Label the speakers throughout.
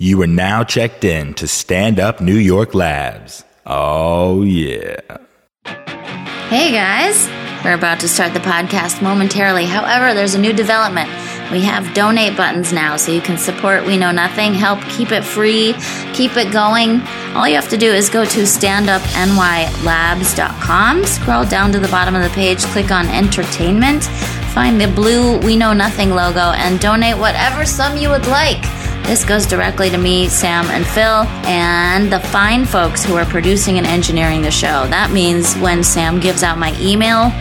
Speaker 1: You are now checked in to Stand Up New York Labs. Oh, yeah.
Speaker 2: Hey guys, we're about to start the podcast momentarily. However, there's a new development. We have donate buttons now, so you can support We Know Nothing, help keep it free, keep it going. All you have to do is go to standupnylabs.com, scroll down to the bottom of the page, click on entertainment, find the blue We Know Nothing logo, and donate whatever sum you would like. This goes directly to me, Sam, and Phil, and the fine folks who are producing and engineering the show. That means when Sam gives out my email,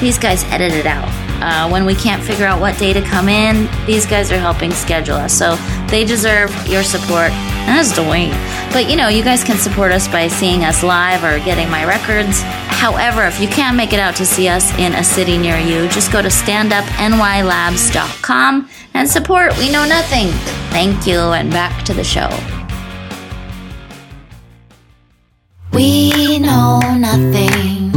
Speaker 2: these guys edit it out. Uh, when we can't figure out what day to come in, these guys are helping schedule us. So they deserve your support, as do we. But you know, you guys can support us by seeing us live or getting my records. However, if you can't make it out to see us in a city near you, just go to standupnylabs.com and support We Know Nothing. Thank you, and back to the show.
Speaker 3: We know nothing.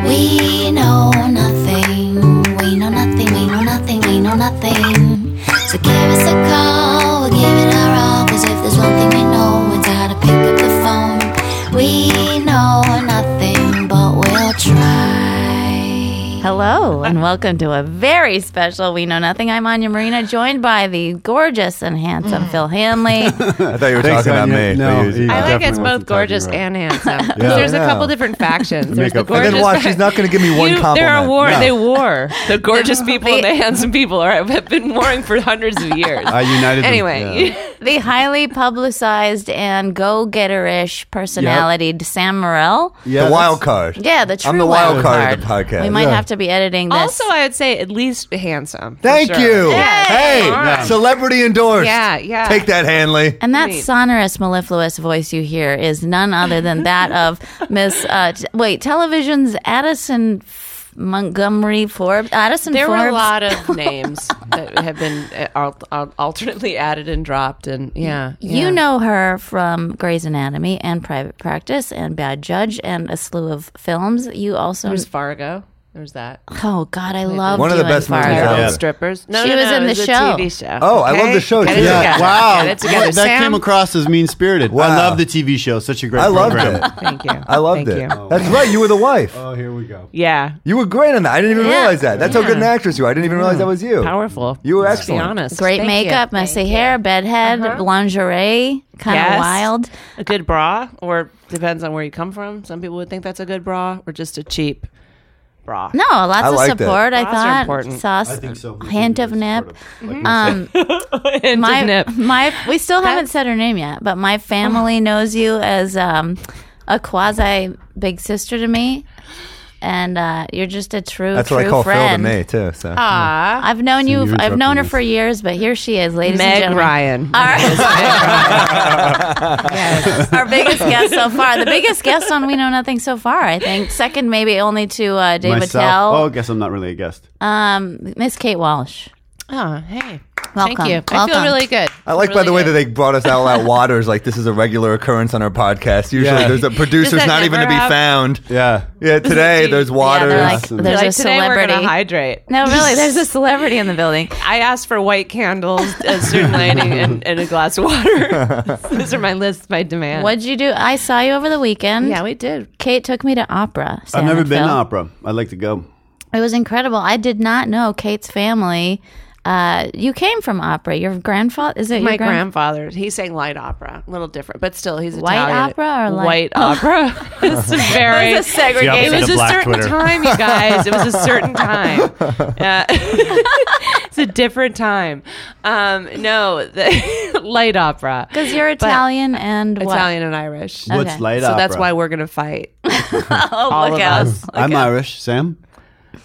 Speaker 3: We know nothing. We know nothing. We know nothing. We know nothing. So give us a call. We'll give it our all. Cause if there's one thing we know, it's how to pick up the phone. We know nothing, but we'll try.
Speaker 2: Hello, and welcome to a very special We Know Nothing. I'm Anya Marina, joined by the gorgeous and
Speaker 3: Mm.
Speaker 2: handsome Phil Hanley.
Speaker 4: I thought you were talking about me.
Speaker 5: No,
Speaker 4: But you-
Speaker 5: you
Speaker 6: I
Speaker 5: definitely
Speaker 6: like it's both
Speaker 5: wasn't talking
Speaker 6: gorgeous
Speaker 5: about-
Speaker 6: and handsome. 'Cause there's
Speaker 5: Yeah.
Speaker 6: a couple different factions. There's the
Speaker 5: Makeup.
Speaker 6: gorgeous
Speaker 5: And
Speaker 4: then watch, she's not going to give me one
Speaker 6: you,
Speaker 4: compliment.
Speaker 6: there are war.
Speaker 4: No.
Speaker 6: They war. The gorgeous people and the handsome people are, have been warring for hundreds of years.
Speaker 5: I united. them.
Speaker 6: anyway,
Speaker 5: Yeah.
Speaker 2: the highly publicized and go getter ish personality, Sam Morril.
Speaker 5: Yeah,
Speaker 4: the wild
Speaker 5: that's-
Speaker 4: card.
Speaker 2: Yeah, the true
Speaker 4: I'm the wild card of the podcast.
Speaker 2: We might
Speaker 5: Yeah.
Speaker 2: have to be editing this.
Speaker 6: also I would say at least handsome. for
Speaker 4: Thank
Speaker 6: sure.
Speaker 4: you.
Speaker 6: Yes.
Speaker 4: Hey,
Speaker 6: All right.
Speaker 4: celebrity endorsed.
Speaker 6: Yeah, yeah.
Speaker 4: Take that, Hanley.
Speaker 2: and that
Speaker 6: Neat.
Speaker 2: sonorous, mellifluous voice you hear is none other than that of Miss, uh, t- wait, television's Addison F- Montgomery Forbes. Addison
Speaker 6: There
Speaker 2: Forbes.
Speaker 6: were a lot of names that have been uh, al- al- alternately added and dropped, and yeah, yeah.
Speaker 2: You know her from Grey's Anatomy and Private Practice and Bad Judge and a slew of films. You also,
Speaker 6: there's Fargo. There's that.
Speaker 2: oh God, I love
Speaker 4: One of the best movies
Speaker 5: ever.
Speaker 6: Terrible
Speaker 4: Yeah.
Speaker 6: strippers. No,
Speaker 2: She
Speaker 6: no,
Speaker 2: was
Speaker 6: no,
Speaker 2: in
Speaker 6: it
Speaker 2: the
Speaker 6: a
Speaker 2: show.
Speaker 6: TV show.
Speaker 4: Oh, I love
Speaker 6: okay?
Speaker 4: the show,
Speaker 6: Get
Speaker 4: too.
Speaker 6: it
Speaker 4: Yeah.
Speaker 6: together.
Speaker 5: Wow.
Speaker 6: Get it together,
Speaker 5: That came
Speaker 6: Sam.
Speaker 5: across as mean spirited.
Speaker 4: Wow.
Speaker 5: I love the TV show. Such a great.
Speaker 4: I loved
Speaker 5: program.
Speaker 4: it.
Speaker 6: Thank you.
Speaker 4: I loved
Speaker 6: Thank
Speaker 4: it.
Speaker 6: you.
Speaker 4: That's right. You were the wife.
Speaker 5: Oh, here we go.
Speaker 6: Yeah.
Speaker 4: You were great on that. I didn't even
Speaker 2: Yeah.
Speaker 4: realize that. That's how good an actress you are. I didn't even realize that was you.
Speaker 6: Powerful.
Speaker 4: You were
Speaker 6: Let's
Speaker 4: excellent.
Speaker 6: Be honest.
Speaker 2: Great
Speaker 6: Thank
Speaker 2: makeup,
Speaker 6: you. Uh-huh.
Speaker 2: messy hair, bedhead, lingerie, kind of
Speaker 6: Yes.
Speaker 2: wild.
Speaker 6: A good bra, or depends on where you come from. Some people would think that's a good bra, or just a cheap bra.
Speaker 2: No, lots
Speaker 4: I
Speaker 2: of
Speaker 4: like that.
Speaker 2: support. I
Speaker 6: Bras are
Speaker 2: thought
Speaker 6: important.
Speaker 2: sauce, hint of nip. Um,
Speaker 6: Hint
Speaker 2: my
Speaker 6: of nip.
Speaker 2: my, we still haven't said her name yet, but my family knows you as um, a quasi big sister to me, and uh, you're just a true
Speaker 4: That's
Speaker 2: true
Speaker 4: what I call
Speaker 2: friend.
Speaker 4: Phil to me too. So
Speaker 6: Ah,
Speaker 2: I've known you.
Speaker 5: you're
Speaker 2: I've known her
Speaker 5: interrupting us.
Speaker 2: for years, but here she is, ladies and
Speaker 6: Meg
Speaker 2: gentlemen. Uh,
Speaker 6: Ryan.
Speaker 2: All right.
Speaker 6: Yes.
Speaker 2: our biggest guest so far. The biggest guest on We Know Nothing so far, I think. Second, maybe only to uh, Dave
Speaker 5: Myself. Oh, I guess I'm not really a guest.
Speaker 4: Oh.
Speaker 6: Uh,
Speaker 2: Attell, um, Miss Kate Walsh.
Speaker 6: Oh, hey.
Speaker 2: Welcome.
Speaker 6: Thank you. I
Speaker 2: Welcome.
Speaker 6: feel really good.
Speaker 4: I like, by
Speaker 6: Really
Speaker 4: the way,
Speaker 6: good.
Speaker 4: that they brought us all out waters. Like this is a regular occurrence on our podcast. Usually,
Speaker 5: Yeah.
Speaker 4: there's a producer's
Speaker 6: that
Speaker 4: not even to
Speaker 6: never
Speaker 4: be
Speaker 6: happen?
Speaker 4: found.
Speaker 5: Yeah.
Speaker 4: Yeah, today there's
Speaker 2: Yeah,
Speaker 4: waters.
Speaker 2: they're like,
Speaker 5: Awesome.
Speaker 2: there's
Speaker 6: Like,
Speaker 2: a
Speaker 6: today we're
Speaker 2: celebrity.
Speaker 6: gonna hydrate.
Speaker 2: no, really, there's a celebrity in the building.
Speaker 6: I asked for white candles, a certain lighting, and, and a glass of water. These are my lists, my demands.
Speaker 2: What'd you do? I saw you over the weekend.
Speaker 6: Yeah, we did.
Speaker 2: Kate took me to opera. Sam
Speaker 5: I've never
Speaker 2: and
Speaker 5: been to
Speaker 2: Phil.
Speaker 5: opera. I'd like to go.
Speaker 2: It was incredible. I did not know Kate's family. Uh, you came from opera. Your grandfather is it
Speaker 6: My
Speaker 2: your grand-
Speaker 6: grandfather, he sang light opera, a little different, but still, he's
Speaker 2: White
Speaker 6: Italian.
Speaker 2: opera or light-
Speaker 6: white opera? it's a very
Speaker 2: It was a segregated-
Speaker 5: It's the opposite of
Speaker 6: It was a
Speaker 5: Black
Speaker 6: certain
Speaker 5: Twitter.
Speaker 6: time, you guys. It was a certain time. Uh, it's a different time. Um, no, the light opera.
Speaker 2: Because you're
Speaker 6: But
Speaker 2: Italian and what?
Speaker 6: Italian and Irish. So
Speaker 5: What's light opera?
Speaker 6: that's why we're gonna fight.
Speaker 2: Oh,
Speaker 6: All
Speaker 2: look
Speaker 6: of
Speaker 2: out.
Speaker 6: us.
Speaker 5: I'm Irish. Sam.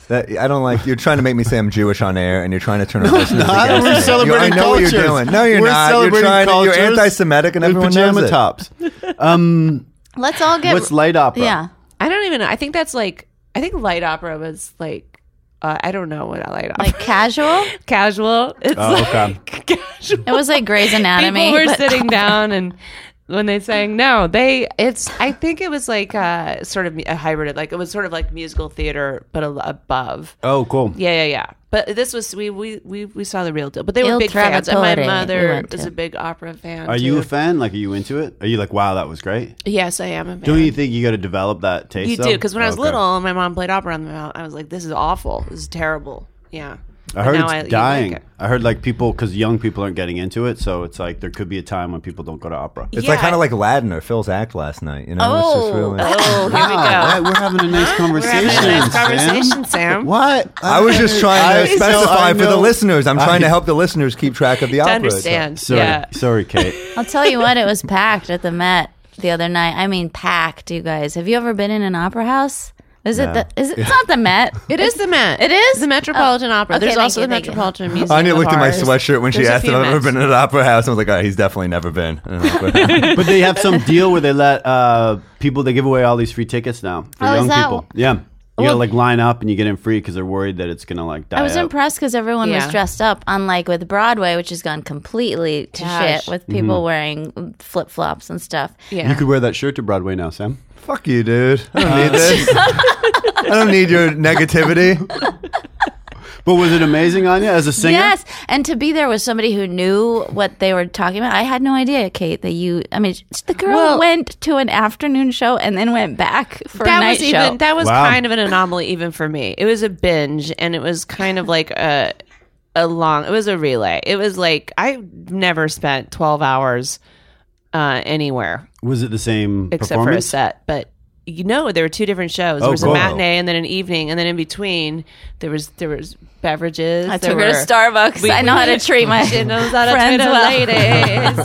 Speaker 4: That, I don't like. You're trying to make me say I'm Jewish on air, and you're trying to turn our listeners
Speaker 5: not.
Speaker 4: against
Speaker 5: We're
Speaker 4: me. You- I
Speaker 5: celebrating
Speaker 4: know what you're
Speaker 5: cultures.
Speaker 4: doing. No, you're
Speaker 5: We're
Speaker 4: not. You're
Speaker 5: celebrating
Speaker 4: trying. To, you're
Speaker 5: cultures
Speaker 4: anti-Semitic, and
Speaker 5: In
Speaker 4: everyone
Speaker 5: pajama
Speaker 4: knows it.
Speaker 5: tops.
Speaker 2: Let's all get
Speaker 5: What's light opera?
Speaker 2: Yeah.
Speaker 6: I don't even. know. I think that's like. I think light opera was like. Uh, I don't know what I light opera.
Speaker 2: Like casual?
Speaker 6: casual. It's
Speaker 5: Oh, okay.
Speaker 6: like casual.
Speaker 2: It was like Grey's Anatomy.
Speaker 6: People were
Speaker 2: but-
Speaker 6: sitting down and when they sang no they it's i think it was like uh sort of a hybrid like it was sort of like musical theater but a, above
Speaker 5: Oh, cool.
Speaker 6: yeah yeah yeah but this was we we we, we saw the real deal but they were
Speaker 2: Il
Speaker 6: big fans and my
Speaker 2: Trovatore we
Speaker 6: mother
Speaker 2: went
Speaker 6: is
Speaker 2: to.
Speaker 6: a big opera fan
Speaker 5: Are you
Speaker 6: too.
Speaker 5: a fan? Like, are you into it? Are you like, wow, that was great?
Speaker 6: yes i am a fan
Speaker 5: Don't you think you got to develop that taste?
Speaker 6: you
Speaker 5: though?
Speaker 6: do because when i was
Speaker 5: Okay.
Speaker 6: little my mom played opera on the mouth i was like this is awful this is terrible yeah
Speaker 5: I
Speaker 6: But
Speaker 5: heard
Speaker 6: now
Speaker 5: it's
Speaker 6: I- you like
Speaker 5: dying.
Speaker 6: it.
Speaker 5: I heard like people because young people aren't getting into it, so it's like there could be a time when people don't go to opera.
Speaker 4: It's
Speaker 6: Yeah,
Speaker 4: like kind
Speaker 6: I-
Speaker 4: of like Aladdin or Phil's act last night. You know, it's just really.
Speaker 6: oh here we go
Speaker 5: Wow, we're having a nice conversation.
Speaker 6: We're having a nice
Speaker 5: Sam.
Speaker 6: conversation, Sam.
Speaker 5: What?
Speaker 4: I was just trying to
Speaker 5: I- so
Speaker 4: specify
Speaker 5: I
Speaker 4: for the
Speaker 5: know-
Speaker 4: listeners. I'm trying
Speaker 5: I-
Speaker 4: to help the listeners keep track of the
Speaker 6: To
Speaker 4: opera.
Speaker 6: understand.
Speaker 5: Sorry,
Speaker 6: Yeah.
Speaker 5: sorry, Kate.
Speaker 2: I'll tell you what, it was packed at the Met the other night. I mean, packed, you guys. Have you ever been in an opera house? Is it the? Is it? It's not the Met.
Speaker 6: It is the Met.
Speaker 2: It is?
Speaker 6: the Metropolitan
Speaker 2: Oh,
Speaker 6: Opera.
Speaker 2: okay,
Speaker 6: There's
Speaker 2: thank
Speaker 6: also
Speaker 2: you,
Speaker 6: the
Speaker 2: thank you.
Speaker 6: Metropolitan Museum.
Speaker 4: Anya
Speaker 6: of
Speaker 4: looked at my
Speaker 6: Arts.
Speaker 4: sweatshirt when she
Speaker 6: There's a
Speaker 4: asked if
Speaker 6: few
Speaker 4: I've ever
Speaker 6: Mets.
Speaker 4: been in an opera house. I was like, oh, he's definitely never been. in an opera house.
Speaker 5: but they have some deal where they let uh, people. They give away all these free tickets now for
Speaker 2: Oh, is
Speaker 5: young
Speaker 2: that-
Speaker 5: people. Yeah, you
Speaker 2: Well-
Speaker 5: gotta like line up and you get in free because they're worried that it's gonna like die.
Speaker 2: I was
Speaker 5: out.
Speaker 2: impressed because everyone
Speaker 6: Yeah.
Speaker 2: was dressed up, unlike with Broadway, which has gone completely to
Speaker 6: Gosh.
Speaker 2: shit with people wering flip flops and stuff.
Speaker 6: Yeah.
Speaker 5: You could wear that shirt to Broadway now, Sam.
Speaker 4: Fuck you, dude. I don't need this. I don't need your negativity.
Speaker 5: But was it amazing, Anya, as a singer?
Speaker 2: Yes, and to be there with somebody who knew what they were talking about. I had no idea, Kate, that you. I mean, sh- the girl
Speaker 6: Well-
Speaker 2: went to an afternoon show and then went back for a
Speaker 6: that
Speaker 2: night
Speaker 6: was
Speaker 2: show.
Speaker 6: even that was
Speaker 5: Wow.
Speaker 6: kind of an anomaly even for me. It was a binge, and it was kind of like a a long. It was a relay. It was like I never spent twelve hours uh, anywhere
Speaker 5: Was it the same
Speaker 6: except for a
Speaker 5: performance?
Speaker 6: set, but. You know, there were two different shows. There
Speaker 5: Oh,
Speaker 6: was a
Speaker 5: cool.
Speaker 6: matinee and then an evening, and then in between there was there was beverages.
Speaker 2: I
Speaker 6: there
Speaker 2: took her to
Speaker 6: were-
Speaker 2: Starbucks. I know how to treat my
Speaker 6: she knows how to treat
Speaker 2: friends
Speaker 6: her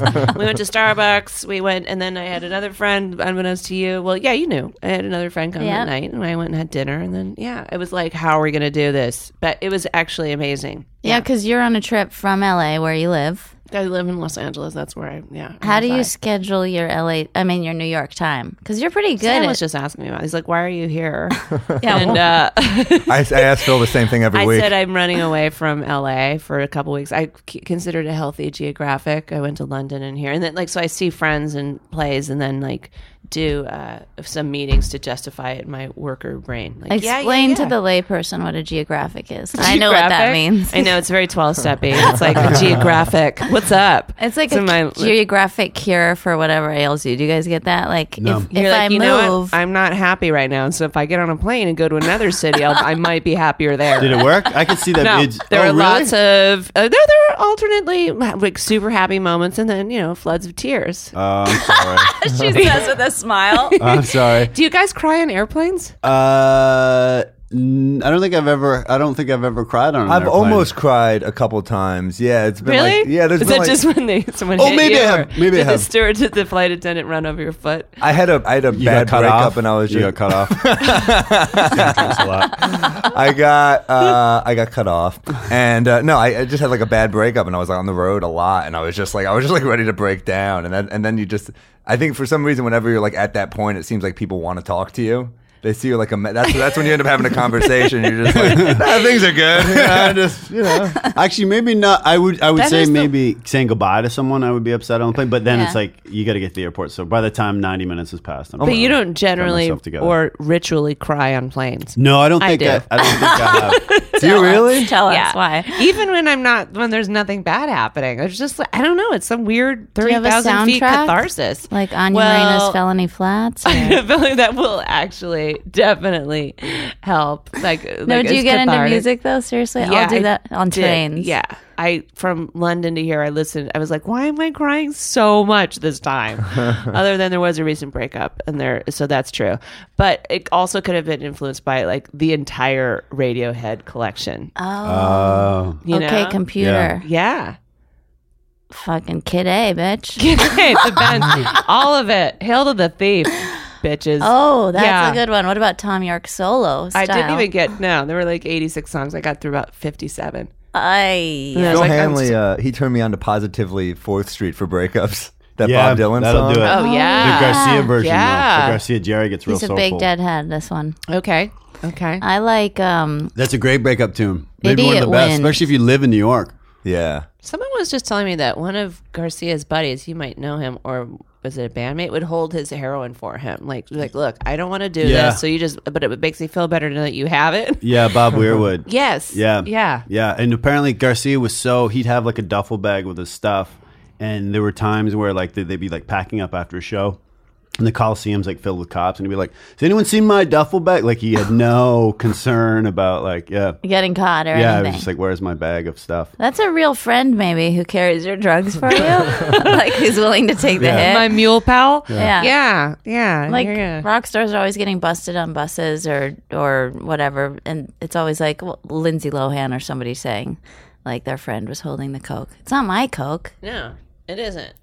Speaker 2: well.
Speaker 6: ladies. we went to Starbucks. We went, and then I had another friend unbeknownst to you. Well, yeah, you knew. I had another friend come
Speaker 2: Yeah.
Speaker 6: that night, and I went and had dinner. And then, yeah, it was like, how are we going to do this? But it was actually amazing.
Speaker 2: Yeah, because you're on a trip from LA, where you live.
Speaker 6: I live in Los Angeles. That's where I, yeah.
Speaker 2: How do you schedule your LA? I mean, your New York time? Because you're pretty good.
Speaker 6: Sam
Speaker 2: at-
Speaker 6: was just asking me about. it. He's like, "Why are you here?"
Speaker 2: yeah,
Speaker 6: and
Speaker 2: well,
Speaker 6: uh,
Speaker 4: I, I asked Phil the same thing every
Speaker 6: I
Speaker 4: week.
Speaker 6: said I'm running away from LA for a couple weeks. I c- considered a healthy geographic. I went to London and here, and then like so I see friends and plays, and then like do uh, some meetings to justify it in my worker brain. Like, yeah, yeah,
Speaker 2: explain
Speaker 6: yeah.
Speaker 2: to the layperson what a geographic is. I know what that
Speaker 6: Geographic?
Speaker 2: means.
Speaker 6: I know it's very 12 steppy. It's like a geographic. What's up?
Speaker 2: It's like
Speaker 6: So
Speaker 2: a
Speaker 6: my-
Speaker 2: geographic cure for whatever ails you. Do you guys get that? Like, if, if
Speaker 6: You're like,
Speaker 2: I
Speaker 6: you know
Speaker 2: move,
Speaker 6: what? I'm not happy right now. So if I get on a plane and go to another city, I'll, I might be happier there.
Speaker 5: Did it work? I could see that.
Speaker 6: No,
Speaker 5: it's-
Speaker 6: there
Speaker 5: oh,
Speaker 6: are
Speaker 5: really?
Speaker 6: lots of uh, there. There are alternately like super happy moments, and then you know floods of tears.
Speaker 5: Uh, I'm sorry.
Speaker 2: she says with a smile.
Speaker 5: I'm sorry.
Speaker 6: Do you guys cry on airplanes?
Speaker 5: Uh, n- I don't think I've ever. I don't think I've ever cried on. An
Speaker 4: I've
Speaker 5: airplane.
Speaker 4: almost cried a couple times. Yeah, it's been
Speaker 6: really?
Speaker 4: like yeah. There's
Speaker 6: Is
Speaker 4: been
Speaker 6: that
Speaker 4: like,
Speaker 6: just when they someone?
Speaker 5: Oh,
Speaker 6: hit
Speaker 5: maybe
Speaker 6: you,
Speaker 5: I have.
Speaker 6: or
Speaker 5: Maybe I
Speaker 6: did the
Speaker 5: have.
Speaker 6: steward, did the flight attendant run over your foot?
Speaker 4: I had a I had a
Speaker 5: You
Speaker 4: bad
Speaker 5: got cut
Speaker 4: breakup
Speaker 5: off,
Speaker 4: and I was
Speaker 5: You
Speaker 4: just
Speaker 5: got cut off.
Speaker 4: I got uh, I got cut off, and uh, no, I, I just had like a bad breakup, and I was like, on the road a lot, and I was just like, I was just like ready to break down, and then and then you just, I think for some reason, whenever you're like at that point, it seems like people want to talk to you. They see you like a me- that's that's when you end up having a conversation. You're just like, "Nah, things are good. You know, I just you know,
Speaker 5: Actually, maybe not. I would. I would
Speaker 6: That
Speaker 5: say
Speaker 6: is the-
Speaker 5: maybe saying goodbye to someone. I would be upset on the plane. But then it's
Speaker 2: Yeah.
Speaker 5: like you got to get to the airport. So by the time 90 minutes has passed, I'm
Speaker 6: But you
Speaker 5: gonna
Speaker 6: don't
Speaker 5: get
Speaker 6: generally
Speaker 5: myself together.
Speaker 6: or ritually cry on planes.
Speaker 5: No, I don't
Speaker 6: I
Speaker 5: think.
Speaker 6: do.
Speaker 5: I, I, don't think I have.
Speaker 2: Do you
Speaker 4: really?
Speaker 2: Tell us why.
Speaker 6: Even when I'm not, when there's nothing bad happening, it's just like I don't know. It's some weird
Speaker 2: you
Speaker 6: thirty
Speaker 2: have a
Speaker 6: thousand feet
Speaker 2: soundtrack?
Speaker 6: catharsis,
Speaker 2: Like Anya
Speaker 6: Well-
Speaker 2: Moreno's Felony Flats. or-
Speaker 6: I feel like that will actually definitely help. Like,
Speaker 2: no,
Speaker 6: like,
Speaker 2: do you
Speaker 6: it's
Speaker 2: get into
Speaker 6: cathartic.
Speaker 2: music though? Seriously, I'll do
Speaker 6: I
Speaker 2: that on
Speaker 6: did.
Speaker 2: trains.
Speaker 6: Yeah, I from London to here, I listened. I was like, why am I crying so much this time? Other than there was a recent breakup, and there, so that's true. But it also could have been influenced by like the entire Radiohead collection.
Speaker 5: Oh.
Speaker 6: You
Speaker 2: okay,
Speaker 6: know?
Speaker 2: computer.
Speaker 6: yeah.
Speaker 2: Fucking kid A, bitch.
Speaker 6: Okay, the band, all of it. Hail to the thief, bitches.
Speaker 2: Oh, that's
Speaker 6: Yeah.
Speaker 2: a good one. What about Tom York solo? Style?
Speaker 6: I didn't even get no. There were like 86 songs. I got through about 57. Yeah.
Speaker 2: I.
Speaker 6: I was
Speaker 4: Bill
Speaker 6: like, I'm
Speaker 4: Hanley,
Speaker 6: so-
Speaker 4: uh, he turned me on to positively Fourth Street for breakups. That
Speaker 5: Yeah,
Speaker 4: Bob Dylan
Speaker 5: that'll
Speaker 4: song.
Speaker 5: do it.
Speaker 6: Oh,
Speaker 5: The
Speaker 6: yeah.
Speaker 5: Garcia version.
Speaker 6: Yeah.
Speaker 5: Yeah. The Garcia Jerry gets real
Speaker 2: He's a
Speaker 5: soulful.
Speaker 2: big deadhead. This one.
Speaker 6: Okay. Okay.
Speaker 2: I like. Um.
Speaker 5: That's a great breakup tune. Maybe one
Speaker 2: Idiot
Speaker 5: of the best,
Speaker 2: wins.
Speaker 5: especially if you live in New York.
Speaker 4: Yeah.
Speaker 6: Someone was just telling me that one of Garcia's buddies, you might know him, or was it a bandmate would hold his heroin for him. Like like look, I don't want to do
Speaker 5: Yeah.
Speaker 6: this. So you just but it makes me feel better to know that you have it.
Speaker 5: Yeah, Bob Weirwood.
Speaker 6: Yes.
Speaker 5: Yeah.
Speaker 6: Yeah.
Speaker 5: Yeah. And apparently Garcia was so he'd have like a duffel bag with his stuff, and there were times where like they'd, they'd be like packing up after a show. And the Coliseum's like filled with cops, and he'd be like, "Has anyone seen my duffel bag?" Like he had no concern about like, yeah,
Speaker 2: Getting caught or
Speaker 5: yeah. I was
Speaker 2: anything.
Speaker 5: just like, "Where's my bag of stuff?"
Speaker 2: That's a real friend, maybe, who carries your drugs for you. like, who's willing to take the hit.
Speaker 6: My mule pal.
Speaker 2: Yeah.
Speaker 6: Yeah. Yeah.
Speaker 2: like
Speaker 6: You're gonna-
Speaker 2: rock stars are always getting busted on buses or or whatever, and it's always like well, Lindsay Lohan or somebody saying, like their friend was holding the coke. It's not my coke.
Speaker 6: No, it isn't.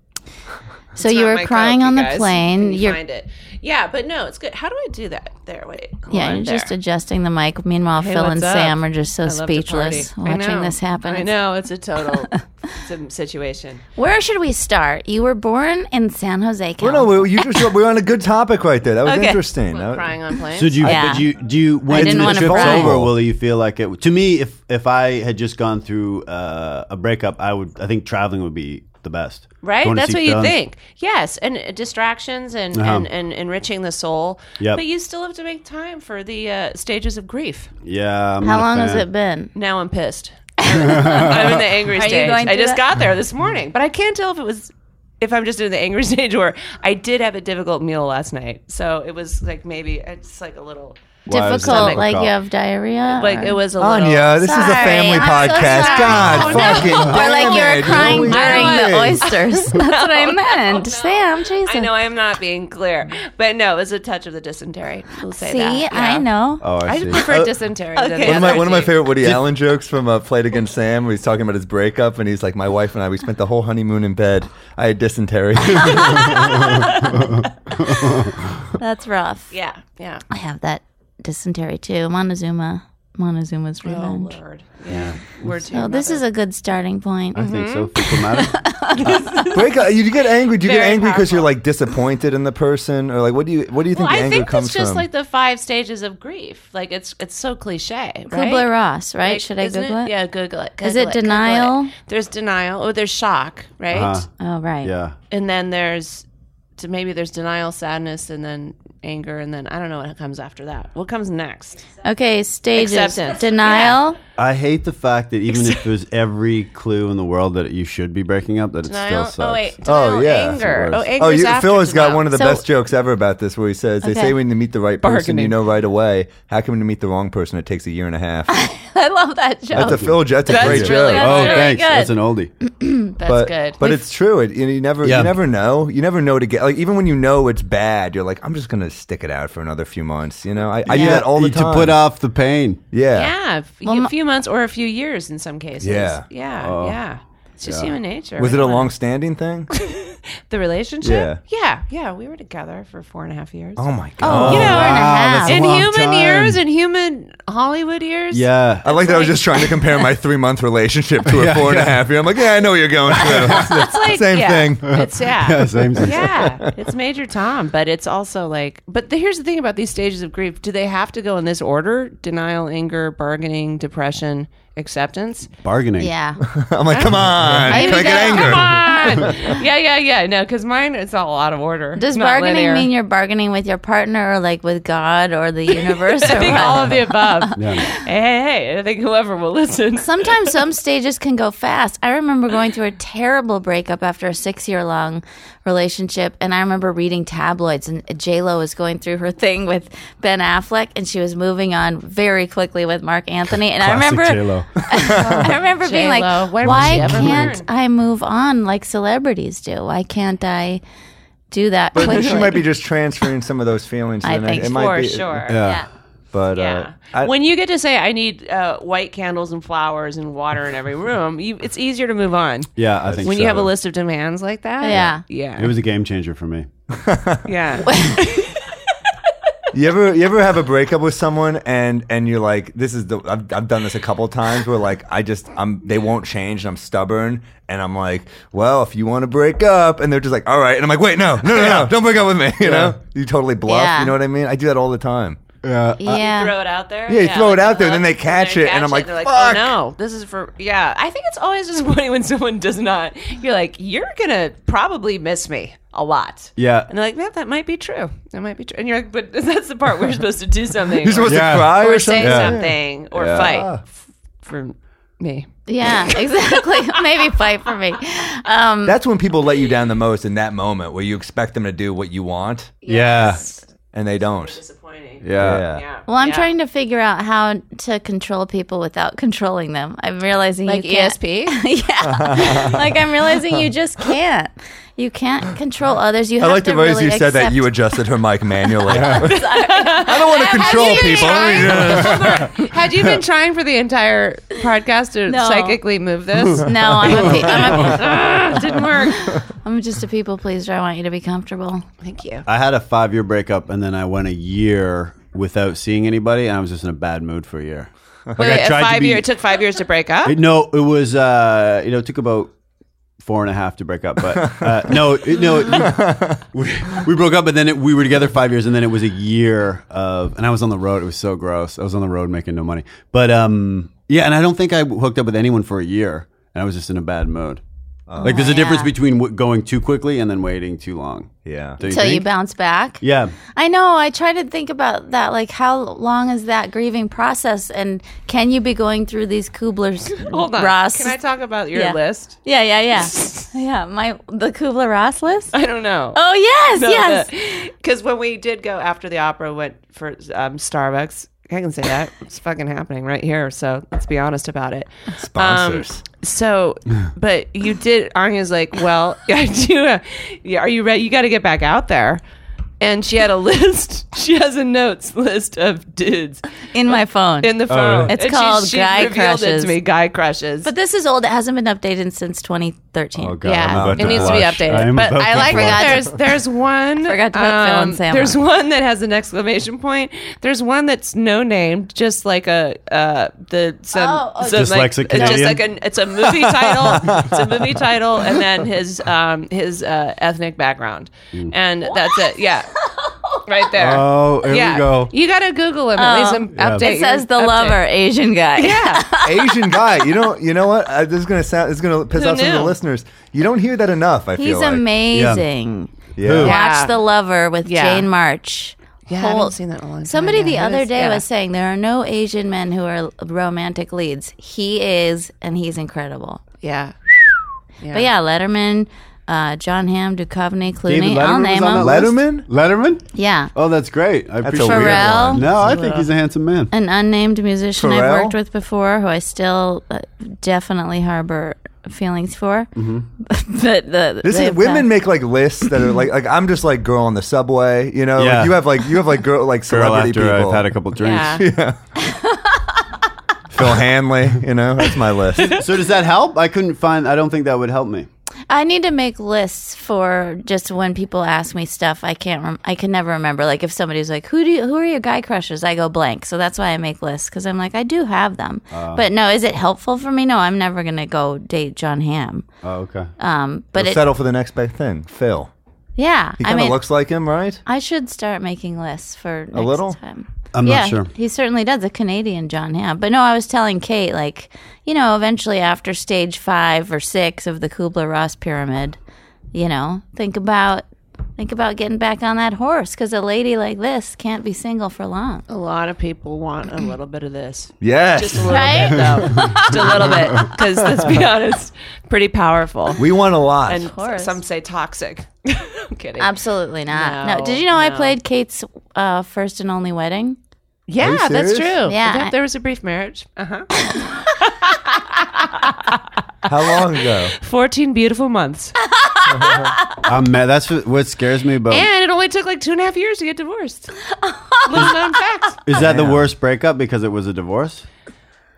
Speaker 2: so you were crying on the plane.
Speaker 6: You
Speaker 2: You're
Speaker 6: find it. Yeah, but no, it's good. How do I do that? There, wait. hold
Speaker 2: yeah,
Speaker 6: on,
Speaker 2: you're just
Speaker 6: there.
Speaker 2: adjusting the mic. Meanwhile,
Speaker 6: Hey,
Speaker 2: Phil and
Speaker 6: what's up?
Speaker 2: Sam are just so
Speaker 6: I love to
Speaker 2: speechless
Speaker 6: party. I
Speaker 2: watching
Speaker 6: know.
Speaker 2: this happen.
Speaker 6: I
Speaker 2: It's-
Speaker 6: know it's a total it's a situation.
Speaker 2: Where should we start? You were born in San Jose,
Speaker 4: Well,
Speaker 2: California.
Speaker 4: no, we, you just, we were on a good topic right there. That was
Speaker 2: Okay.
Speaker 4: interesting. That-
Speaker 6: Crying on planes.
Speaker 5: Oh. So do you?
Speaker 2: Yeah.
Speaker 5: But you do you when
Speaker 2: didn't
Speaker 5: the
Speaker 2: wanna
Speaker 5: trip's
Speaker 2: cry.
Speaker 5: over? Will you feel like it? To me, if if I had just gone through uh, a breakup, I would. I think traveling would be the best.
Speaker 6: right?
Speaker 5: Going to
Speaker 6: That's
Speaker 5: see
Speaker 6: what you
Speaker 5: films.
Speaker 6: think. Yes, and uh, distractions and,
Speaker 5: Uh-huh.
Speaker 6: and, and enriching the soul.
Speaker 5: Yep.
Speaker 6: But you still have to make time for the uh, stages of grief.
Speaker 5: Yeah. I'm
Speaker 2: How
Speaker 5: not a
Speaker 2: long has
Speaker 5: fan.
Speaker 2: it been?
Speaker 6: Now I'm pissed. I'm in the angry
Speaker 2: Are you
Speaker 6: stage.
Speaker 2: going
Speaker 6: I
Speaker 2: through
Speaker 6: just
Speaker 2: that?
Speaker 6: got there this morning, but I can't tell if it was if I'm just in the angry stage or I did have a difficult meal last night. So it was like maybe it's like a little
Speaker 5: Why was it
Speaker 2: Difficult, like
Speaker 5: difficult?
Speaker 2: you have diarrhea.
Speaker 6: like it
Speaker 2: or-
Speaker 6: was a little
Speaker 4: Anya, this is a
Speaker 2: Sorry,
Speaker 4: family
Speaker 2: I'm so
Speaker 4: podcast.
Speaker 2: sorry.
Speaker 4: God
Speaker 2: Oh, no.
Speaker 4: fucking
Speaker 2: Or like
Speaker 4: damn
Speaker 2: you
Speaker 4: it.
Speaker 2: were crying
Speaker 4: What are we
Speaker 2: during the
Speaker 4: doing?
Speaker 2: oysters. That's what I meant. Sam, Jesus.
Speaker 6: I know I'm not being clear, but no, it was a touch of the dysentery. We'll say
Speaker 2: See,
Speaker 6: that.
Speaker 2: I
Speaker 6: Yeah.
Speaker 2: know.
Speaker 5: Oh, I,
Speaker 6: I
Speaker 5: see.
Speaker 6: prefer dysentery. Than
Speaker 4: Uh,
Speaker 6: the
Speaker 4: One of my
Speaker 6: other.
Speaker 4: one of my favorite Woody Allen jokes from uh, Played Against Sam. Where he's talking about his breakup, and he's like, "My wife and I, we spent the whole honeymoon in bed. I had dysentery."
Speaker 2: That's rough.
Speaker 6: Yeah, yeah.
Speaker 2: I have that dysentery too. Montezuma. Montezuma's revenge. Oh,
Speaker 6: Lord. Yeah. We're too.
Speaker 2: this is a good starting point.
Speaker 5: I think so. Fukumaru.
Speaker 4: Breakup. You get angry. Do you get
Speaker 6: Very
Speaker 4: angry because
Speaker 6: powerful.
Speaker 4: you're like disappointed in the person, or like what do you what do you think
Speaker 6: Well,
Speaker 4: the
Speaker 6: I
Speaker 4: anger
Speaker 6: think
Speaker 4: comes
Speaker 6: that's just
Speaker 4: from?
Speaker 6: like the five stages of grief. Like it's it's so cliche, right?
Speaker 2: Kubler Ross, right?
Speaker 6: Like,
Speaker 2: Should I
Speaker 6: isn't
Speaker 2: Google it?
Speaker 6: Yeah, Google it.
Speaker 2: Is
Speaker 6: Google
Speaker 2: it
Speaker 6: Google
Speaker 2: denial?
Speaker 6: There's denial. Oh, there's shock, right?
Speaker 4: Uh-huh.
Speaker 2: Oh, right.
Speaker 5: Ah, yeah.
Speaker 6: And then there's so maybe there's denial, sadness, and then anger, and then I don't know what comes after that. What comes next?
Speaker 2: Okay, stages.
Speaker 6: Acceptance.
Speaker 2: Denial.
Speaker 5: I hate the fact that even if there's every clue in the world that you should be breaking up, that it still
Speaker 6: Denial.
Speaker 5: sucks.
Speaker 6: Oh wait.
Speaker 4: Oh,
Speaker 6: Denial,
Speaker 4: yeah.
Speaker 6: Anger.
Speaker 5: That's
Speaker 6: Oh,
Speaker 5: the worst.
Speaker 6: anger.
Speaker 4: Oh, you, Phil has got one of the
Speaker 2: So-
Speaker 4: best jokes ever about this, where he says, "They
Speaker 2: Okay.
Speaker 4: say when you meet the right person, you
Speaker 6: Bargaining.
Speaker 4: know right away. How come to meet the wrong person, it takes a year and a half?"
Speaker 2: I love that joke.
Speaker 4: That's a Phil. That's a
Speaker 6: That's
Speaker 4: great joke.
Speaker 6: really good.
Speaker 5: oh,
Speaker 6: really
Speaker 5: thanks.
Speaker 2: good.
Speaker 5: That's an oldie.
Speaker 6: That's
Speaker 4: But,
Speaker 6: good.
Speaker 4: but it's true. It, you, you never
Speaker 5: Yeah.
Speaker 4: you never know. You never know to get like even when you know it's bad, you're like, I'm just gonna stick it out for another few months. You know, I, I do that all the
Speaker 5: you-
Speaker 4: time
Speaker 5: to put off the pain.
Speaker 4: Yeah.
Speaker 6: yeah, a
Speaker 2: Well, my-
Speaker 6: few months or a few years in some cases.
Speaker 4: Yeah. Oh.
Speaker 6: Yeah. yeah. It's just human nature.
Speaker 4: Was
Speaker 6: We
Speaker 4: it a
Speaker 6: wanna-
Speaker 4: long-standing thing?
Speaker 6: The relationship?
Speaker 4: Yeah.
Speaker 6: Yeah. Yeah. We were together for four and a half years.
Speaker 4: Oh my god!
Speaker 6: you know,
Speaker 2: Hour and a half.
Speaker 5: that's a
Speaker 6: in
Speaker 5: long
Speaker 6: human
Speaker 5: time.
Speaker 6: years, in human Hollywood years.
Speaker 5: Yeah.
Speaker 4: I like that. I was just trying to compare my three-month relationship to a four and a half year. I'm like, yeah, I know what you're going through.
Speaker 6: It's like,
Speaker 4: Same
Speaker 6: yeah,
Speaker 4: thing.
Speaker 6: It's, yeah.
Speaker 5: Yeah, same thing.
Speaker 6: Yeah, it's Major Tom, but it's also like, but the, here's the thing about these stages of grief: do they have to go in this order? Denial, anger, bargaining, depression, acceptance.
Speaker 5: Bargaining.
Speaker 2: Yeah.
Speaker 4: I'm like, come on,
Speaker 2: I
Speaker 4: can I get
Speaker 2: even
Speaker 4: anger?
Speaker 2: know.
Speaker 6: Come on, yeah, yeah, yeah. No, because mine it's all out of order.
Speaker 2: Does
Speaker 6: It's not
Speaker 2: bargaining
Speaker 6: linear.
Speaker 2: mean you're bargaining with your partner or like with God or the universe or
Speaker 6: I think
Speaker 2: what?
Speaker 6: all of the above.
Speaker 5: Yeah.
Speaker 6: Hey, hey, hey, I think whoever will listen.
Speaker 2: Sometimes some stages can go fast. I remember going through a terrible breakup after a six year long relationship. And I remember reading tabloids, and Lo was going through her thing with Ben Affleck, and she was moving on very quickly with Mark Anthony. And I
Speaker 5: Classic
Speaker 2: remember,
Speaker 5: J-Lo.
Speaker 2: I remember being
Speaker 6: J-Lo.
Speaker 2: like,
Speaker 6: When will she
Speaker 2: why
Speaker 6: ever
Speaker 2: can't
Speaker 6: learn?"
Speaker 2: I move on like celebrities do? Why can't I do that
Speaker 4: But
Speaker 2: quickly?
Speaker 4: she might be just transferring some of those feelings. To
Speaker 2: I
Speaker 4: the
Speaker 2: think
Speaker 4: next.
Speaker 2: so.
Speaker 4: it might
Speaker 6: For
Speaker 4: be,
Speaker 6: sure.
Speaker 5: Yeah.
Speaker 4: But uh,
Speaker 6: Yeah.
Speaker 4: I,
Speaker 6: when you get to say, I need uh, white candles and flowers and water in every room, you, it's easier to move on.
Speaker 5: Yeah, I think
Speaker 6: When
Speaker 5: so.
Speaker 6: you have a list of demands like that.
Speaker 2: Yeah.
Speaker 6: Yeah.
Speaker 5: It was a game changer for me.
Speaker 6: yeah.
Speaker 4: You ever you ever have a breakup with someone and and you're like this is the I've, I've done this a couple times where like I just I'm they won't change and I'm stubborn and I'm like well if you want to break up and they're just like all right and I'm like wait no no no no don't break up with me you know you totally bluff
Speaker 2: Yeah.
Speaker 4: you know what I mean I do that all the time
Speaker 2: yeah.
Speaker 6: throw it out there.
Speaker 4: Yeah, you throw it out there, and then they catch it, and I'm like,
Speaker 6: they're
Speaker 4: "Fuck."
Speaker 6: oh no, this is for yeah. I think it's always disappointing when someone does not. You're like, you're gonna probably miss me a lot.
Speaker 5: Yeah.
Speaker 6: and they're like, yeah, that might be true. That might be true. And you're like, but that's the part we're supposed to do something.
Speaker 4: You're supposed
Speaker 5: Yeah.
Speaker 4: to cry
Speaker 6: or,
Speaker 4: or,
Speaker 6: or say
Speaker 4: something.
Speaker 6: something or fight F- for me.
Speaker 2: Yeah, exactly. Maybe fight for me. Um,
Speaker 4: That's when people let you down the most in that moment where you expect them to do what you want
Speaker 5: Yeah.
Speaker 4: and they don't.
Speaker 6: Disappointing.
Speaker 5: Yeah.
Speaker 2: well, I'm
Speaker 6: Yeah.
Speaker 2: trying to figure out how to control people without controlling them. I'm realizing
Speaker 6: Like E
Speaker 2: you can't.
Speaker 6: ESP.
Speaker 2: yeah. like I'm realizing you just can't. You can't control others. You
Speaker 4: I
Speaker 2: have
Speaker 4: like
Speaker 2: to
Speaker 4: the ways
Speaker 2: really
Speaker 4: you said that
Speaker 2: accept-
Speaker 4: you adjusted her mic manually. I don't want to control
Speaker 2: you
Speaker 4: people.
Speaker 6: Had you been trying for the entire podcast to
Speaker 2: No.
Speaker 6: psychically move this?
Speaker 2: No, I'm a, pe- I'm, a,
Speaker 6: Didn't work.
Speaker 2: I'm just a people pleaser. I want you to be comfortable.
Speaker 6: Thank you.
Speaker 5: I had a five year breakup and then I went a year without seeing anybody and I was just in a bad mood for a year. Like
Speaker 6: Wait,
Speaker 5: I
Speaker 6: wait,
Speaker 5: tried to
Speaker 6: five
Speaker 5: be-
Speaker 6: year. It took five years to break up.
Speaker 5: It- no, it was uh, you know, it took about four and a half to break up, but uh, no, it, no, it- we, we broke up, but then it, we were together five years, and then it was a year of, and I was on the road. It was so gross. I was on the road making no money, but um, yeah, and I don't think I hooked up with anyone for a year, and I was just in a bad mood.
Speaker 4: Oh.
Speaker 5: like, there's a difference between w- going too quickly and then waiting too long.
Speaker 4: Yeah.
Speaker 5: do you
Speaker 2: Till you
Speaker 5: think?
Speaker 2: bounce back.
Speaker 5: yeah.
Speaker 2: I know. I try to think about that. Like, how long is that grieving process, and can you be going through these Kubler's
Speaker 6: Hold on.
Speaker 2: Ross?
Speaker 6: Can I talk about your
Speaker 2: Yeah.
Speaker 6: list?
Speaker 2: yeah, yeah, yeah, yeah. My the Kubler Ross list.
Speaker 6: I don't know.
Speaker 2: Oh yes, yes.
Speaker 6: Because when we did go after the opera, went for um, Starbucks. I can say that it's fucking happening right here. So let's be honest about it.
Speaker 2: Um,
Speaker 4: Sponsors.
Speaker 6: So, but you did. Anya's like, well, I do. uh, yeah, are you ready? You got to get back out there. And she had a list. She has a notes list of dudes
Speaker 2: In my phone.
Speaker 6: in the
Speaker 5: Oh,
Speaker 6: phone.
Speaker 2: It's
Speaker 6: And
Speaker 2: called
Speaker 6: she, she
Speaker 2: guy
Speaker 6: revealed It
Speaker 2: crushes.
Speaker 6: to me, guy crushes.
Speaker 2: but this is old. It hasn't been updated since 2013.
Speaker 5: Oh god.
Speaker 6: yeah,
Speaker 5: I'm about
Speaker 6: it
Speaker 5: to
Speaker 6: needs
Speaker 5: blush.
Speaker 6: to be updated.
Speaker 5: I'm
Speaker 6: but
Speaker 5: about
Speaker 6: I
Speaker 5: to
Speaker 6: like
Speaker 5: blush.
Speaker 6: that there's there's one. um,
Speaker 2: Forgot to put Phil and Sam
Speaker 6: There's
Speaker 2: on.
Speaker 6: one that has an exclamation point. There's one that's no named, just like a uh the some,
Speaker 2: Oh, oh,
Speaker 6: some, like,
Speaker 5: Dyslexic
Speaker 6: it's just
Speaker 5: Canadian?
Speaker 6: like an it's a movie title. it's a movie title, and then his um his uh, ethnic background, and that's it. Yeah, right there.
Speaker 5: Mm. Oh, here
Speaker 6: yeah,
Speaker 5: we go.
Speaker 6: you gotta Google him at least. Um, Update
Speaker 2: it says the
Speaker 6: update.
Speaker 2: lover Asian guy.
Speaker 6: Yeah.
Speaker 4: Asian guy. You know. You know what? Uh, this is gonna sound. This is gonna piss
Speaker 6: Who
Speaker 4: off some of
Speaker 6: knew?
Speaker 4: the listeners. You don't hear that enough. I
Speaker 2: He's
Speaker 4: feel like.
Speaker 2: amazing.
Speaker 4: Yeah.
Speaker 5: Who?
Speaker 6: Yeah.
Speaker 2: Watch The Lover with
Speaker 6: Yeah.
Speaker 2: Jane March.
Speaker 6: Yeah, I haven't seen that in a long time.
Speaker 2: Somebody
Speaker 6: Yeah,
Speaker 2: the
Speaker 6: it
Speaker 2: other
Speaker 6: is-
Speaker 2: day
Speaker 6: yeah.
Speaker 2: was saying there are no Asian men who are romantic leads. He is, and he's incredible.
Speaker 6: yeah.
Speaker 2: But yeah, Letterman, uh, John Hamm, Duchovny, Clooney.
Speaker 5: David
Speaker 2: I'll
Speaker 5: Letterman
Speaker 2: name
Speaker 5: was on
Speaker 2: them.
Speaker 5: that
Speaker 4: Letterman?
Speaker 5: list? Letterman?
Speaker 2: yeah,
Speaker 5: Oh, that's great. I
Speaker 4: That's a
Speaker 5: appreciate
Speaker 4: weird
Speaker 2: Pharrell?
Speaker 4: one.
Speaker 5: No, I think he's a handsome man.
Speaker 2: an unnamed musician
Speaker 4: Pharrell?
Speaker 2: I've worked with before, who I still uh, definitely harbor feelings for.
Speaker 5: Mm-hmm.
Speaker 2: but the,
Speaker 4: This is
Speaker 2: they've
Speaker 4: women
Speaker 2: done-
Speaker 4: make like lists that are like like I'm just like girl on the subway. You know.
Speaker 5: Yeah.
Speaker 4: Like, you have like you have like girl like
Speaker 5: Girl,
Speaker 4: celebrity
Speaker 5: after
Speaker 4: people.
Speaker 5: I've had a couple drinks.
Speaker 6: Yeah.
Speaker 4: Phil Hanley. You know. That's my list.
Speaker 5: So does that help? I couldn't find. I don't think that would help me.
Speaker 2: I need to make lists for just when people ask me stuff I can't rem- I can never remember like if somebody's like who do you, who are your guy crushes I go blank so that's why I make lists cuz I'm like I do have them
Speaker 4: Uh.
Speaker 2: but no is it helpful for me no I'm never going to go date John Hamm
Speaker 5: Oh, okay.
Speaker 2: um but
Speaker 4: We'll
Speaker 2: it,
Speaker 4: settle for the next big thing. Phil.
Speaker 2: yeah
Speaker 4: He
Speaker 2: I
Speaker 4: kind of
Speaker 2: mean
Speaker 4: looks like him, right?
Speaker 2: I should start making lists for next
Speaker 4: little?
Speaker 2: time
Speaker 5: I'm
Speaker 2: yeah,
Speaker 5: not sure.
Speaker 2: He certainly does, a Canadian John Hamm. But no, I was telling Kate, like, you know, eventually after stage five or six of the Kubler Ross pyramid, you know, think about think about getting back on that horse because a lady like this can't be single for long.
Speaker 6: A lot of people want a little bit of this.
Speaker 4: Yes.
Speaker 6: Just a little
Speaker 2: Right?
Speaker 6: bit, though. Oh, Just a little bit. Because let's be honest, pretty powerful.
Speaker 4: we want a lot.
Speaker 6: And
Speaker 2: course.
Speaker 6: some say toxic. I'm kidding.
Speaker 2: Um, Absolutely not. No.
Speaker 6: No,
Speaker 2: Did you know I
Speaker 6: no.
Speaker 2: played Kate's uh, first and only wedding?
Speaker 4: Are
Speaker 6: yeah,
Speaker 4: you serious?
Speaker 6: that's true.
Speaker 2: Yeah,
Speaker 6: There-
Speaker 2: I-
Speaker 6: there was a brief marriage. Uh-huh.
Speaker 4: How long ago?
Speaker 6: 14 beautiful months.
Speaker 5: I'm mad. That's what, what scares me about.
Speaker 6: and it only took like two and a half years to get divorced. little known fact.
Speaker 5: is that the worst breakup because it was a divorce?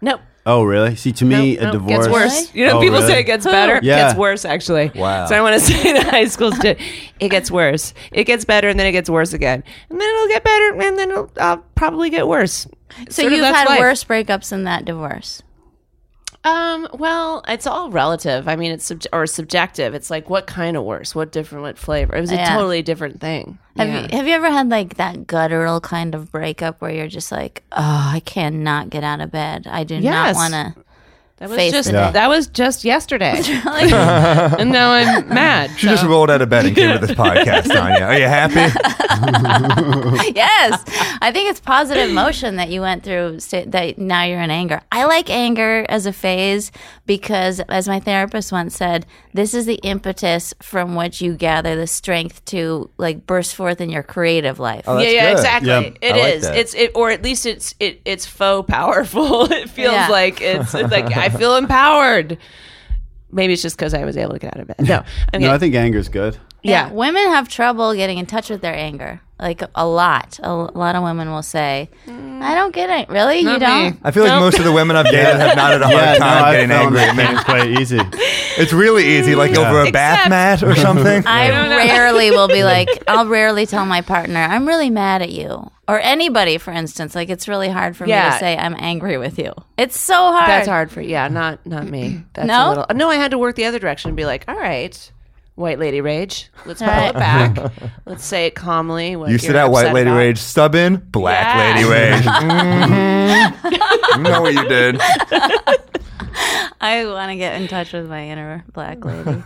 Speaker 6: No.
Speaker 5: Oh, really? See, to me,
Speaker 6: Nope,
Speaker 5: a
Speaker 6: nope,
Speaker 5: divorce
Speaker 6: gets worse.
Speaker 5: Really?
Speaker 6: You know,
Speaker 5: Oh,
Speaker 6: people
Speaker 5: really?
Speaker 6: say it gets better. It
Speaker 5: Yeah.
Speaker 6: gets worse, actually.
Speaker 4: Wow.
Speaker 6: So I want to say that high school student, it gets worse. It gets better, and then it gets worse again, and then it'll get better, and then it'll uh, probably get worse.
Speaker 2: So
Speaker 6: Sort of
Speaker 2: you've
Speaker 6: that's
Speaker 2: had
Speaker 6: life.
Speaker 2: worse breakups than that divorce.
Speaker 6: Um, well, it's all relative. I mean, it's sub- or subjective. It's like what kind of worse, what different, what flavor. It was
Speaker 2: Yeah.
Speaker 6: a totally different thing.
Speaker 2: Have
Speaker 6: Yeah.
Speaker 2: you have you ever had like that guttural kind of breakup where you're just like, oh, I cannot get out of bed. I do
Speaker 6: Yes.
Speaker 2: not want to.
Speaker 6: That was
Speaker 2: Face
Speaker 6: just
Speaker 2: it. Yeah.
Speaker 6: that was just yesterday,
Speaker 2: Like,
Speaker 6: and now I'm mad.
Speaker 4: She just rolled out of bed and came to this podcast, Anya. Are you happy?
Speaker 2: yes, I think it's positive emotion that you went through. sta that now you're in anger. I like anger as a phase because, as my therapist once said, this is the impetus from which you gather the strength to like burst forth in your creative life.
Speaker 4: Oh, that's
Speaker 6: yeah, yeah,
Speaker 4: good.
Speaker 6: exactly.
Speaker 5: Yeah,
Speaker 6: It
Speaker 4: I like
Speaker 6: is.
Speaker 4: that.
Speaker 6: it's it, or at least it's it. It's faux powerful. it feels
Speaker 2: Yeah.
Speaker 6: like it's, it's like I feel empowered. Maybe it's just because I was able to get out of bed. No, I'm
Speaker 5: No, I
Speaker 6: kidding.
Speaker 5: think anger's good.
Speaker 2: Yeah.
Speaker 6: yeah.
Speaker 2: women have trouble getting in touch with their anger. Like a lot, a, lot of women will say, "I don't get it." Really, you
Speaker 6: Not
Speaker 2: don't?
Speaker 6: me.
Speaker 4: I feel like most of the women I've dated have not had a hard time getting
Speaker 5: found
Speaker 4: angry.
Speaker 5: that thing quite easy.
Speaker 4: It's really easy, like over a bath
Speaker 6: Except-
Speaker 4: mat or something.
Speaker 2: I rarely will be like, I'll rarely tell my partner, I'm really mad at you. Or anybody, for instance. Like, it's really hard for me
Speaker 6: Yeah.
Speaker 2: to say, I'm angry with you. It's so hard.
Speaker 6: That's hard for yeah, not not me. That's
Speaker 2: No?
Speaker 6: a little, no, I had to work the other direction and be like, all right, white lady rage. Let's pull
Speaker 2: Right.
Speaker 6: it back. Let's say it calmly. What
Speaker 4: You see
Speaker 6: you're
Speaker 4: that white
Speaker 6: upset
Speaker 4: lady
Speaker 6: about.
Speaker 4: rage stubborn? Black
Speaker 6: Yeah.
Speaker 4: lady rage. Mhm. know what you did.
Speaker 2: I want to get in touch with my inner black lady.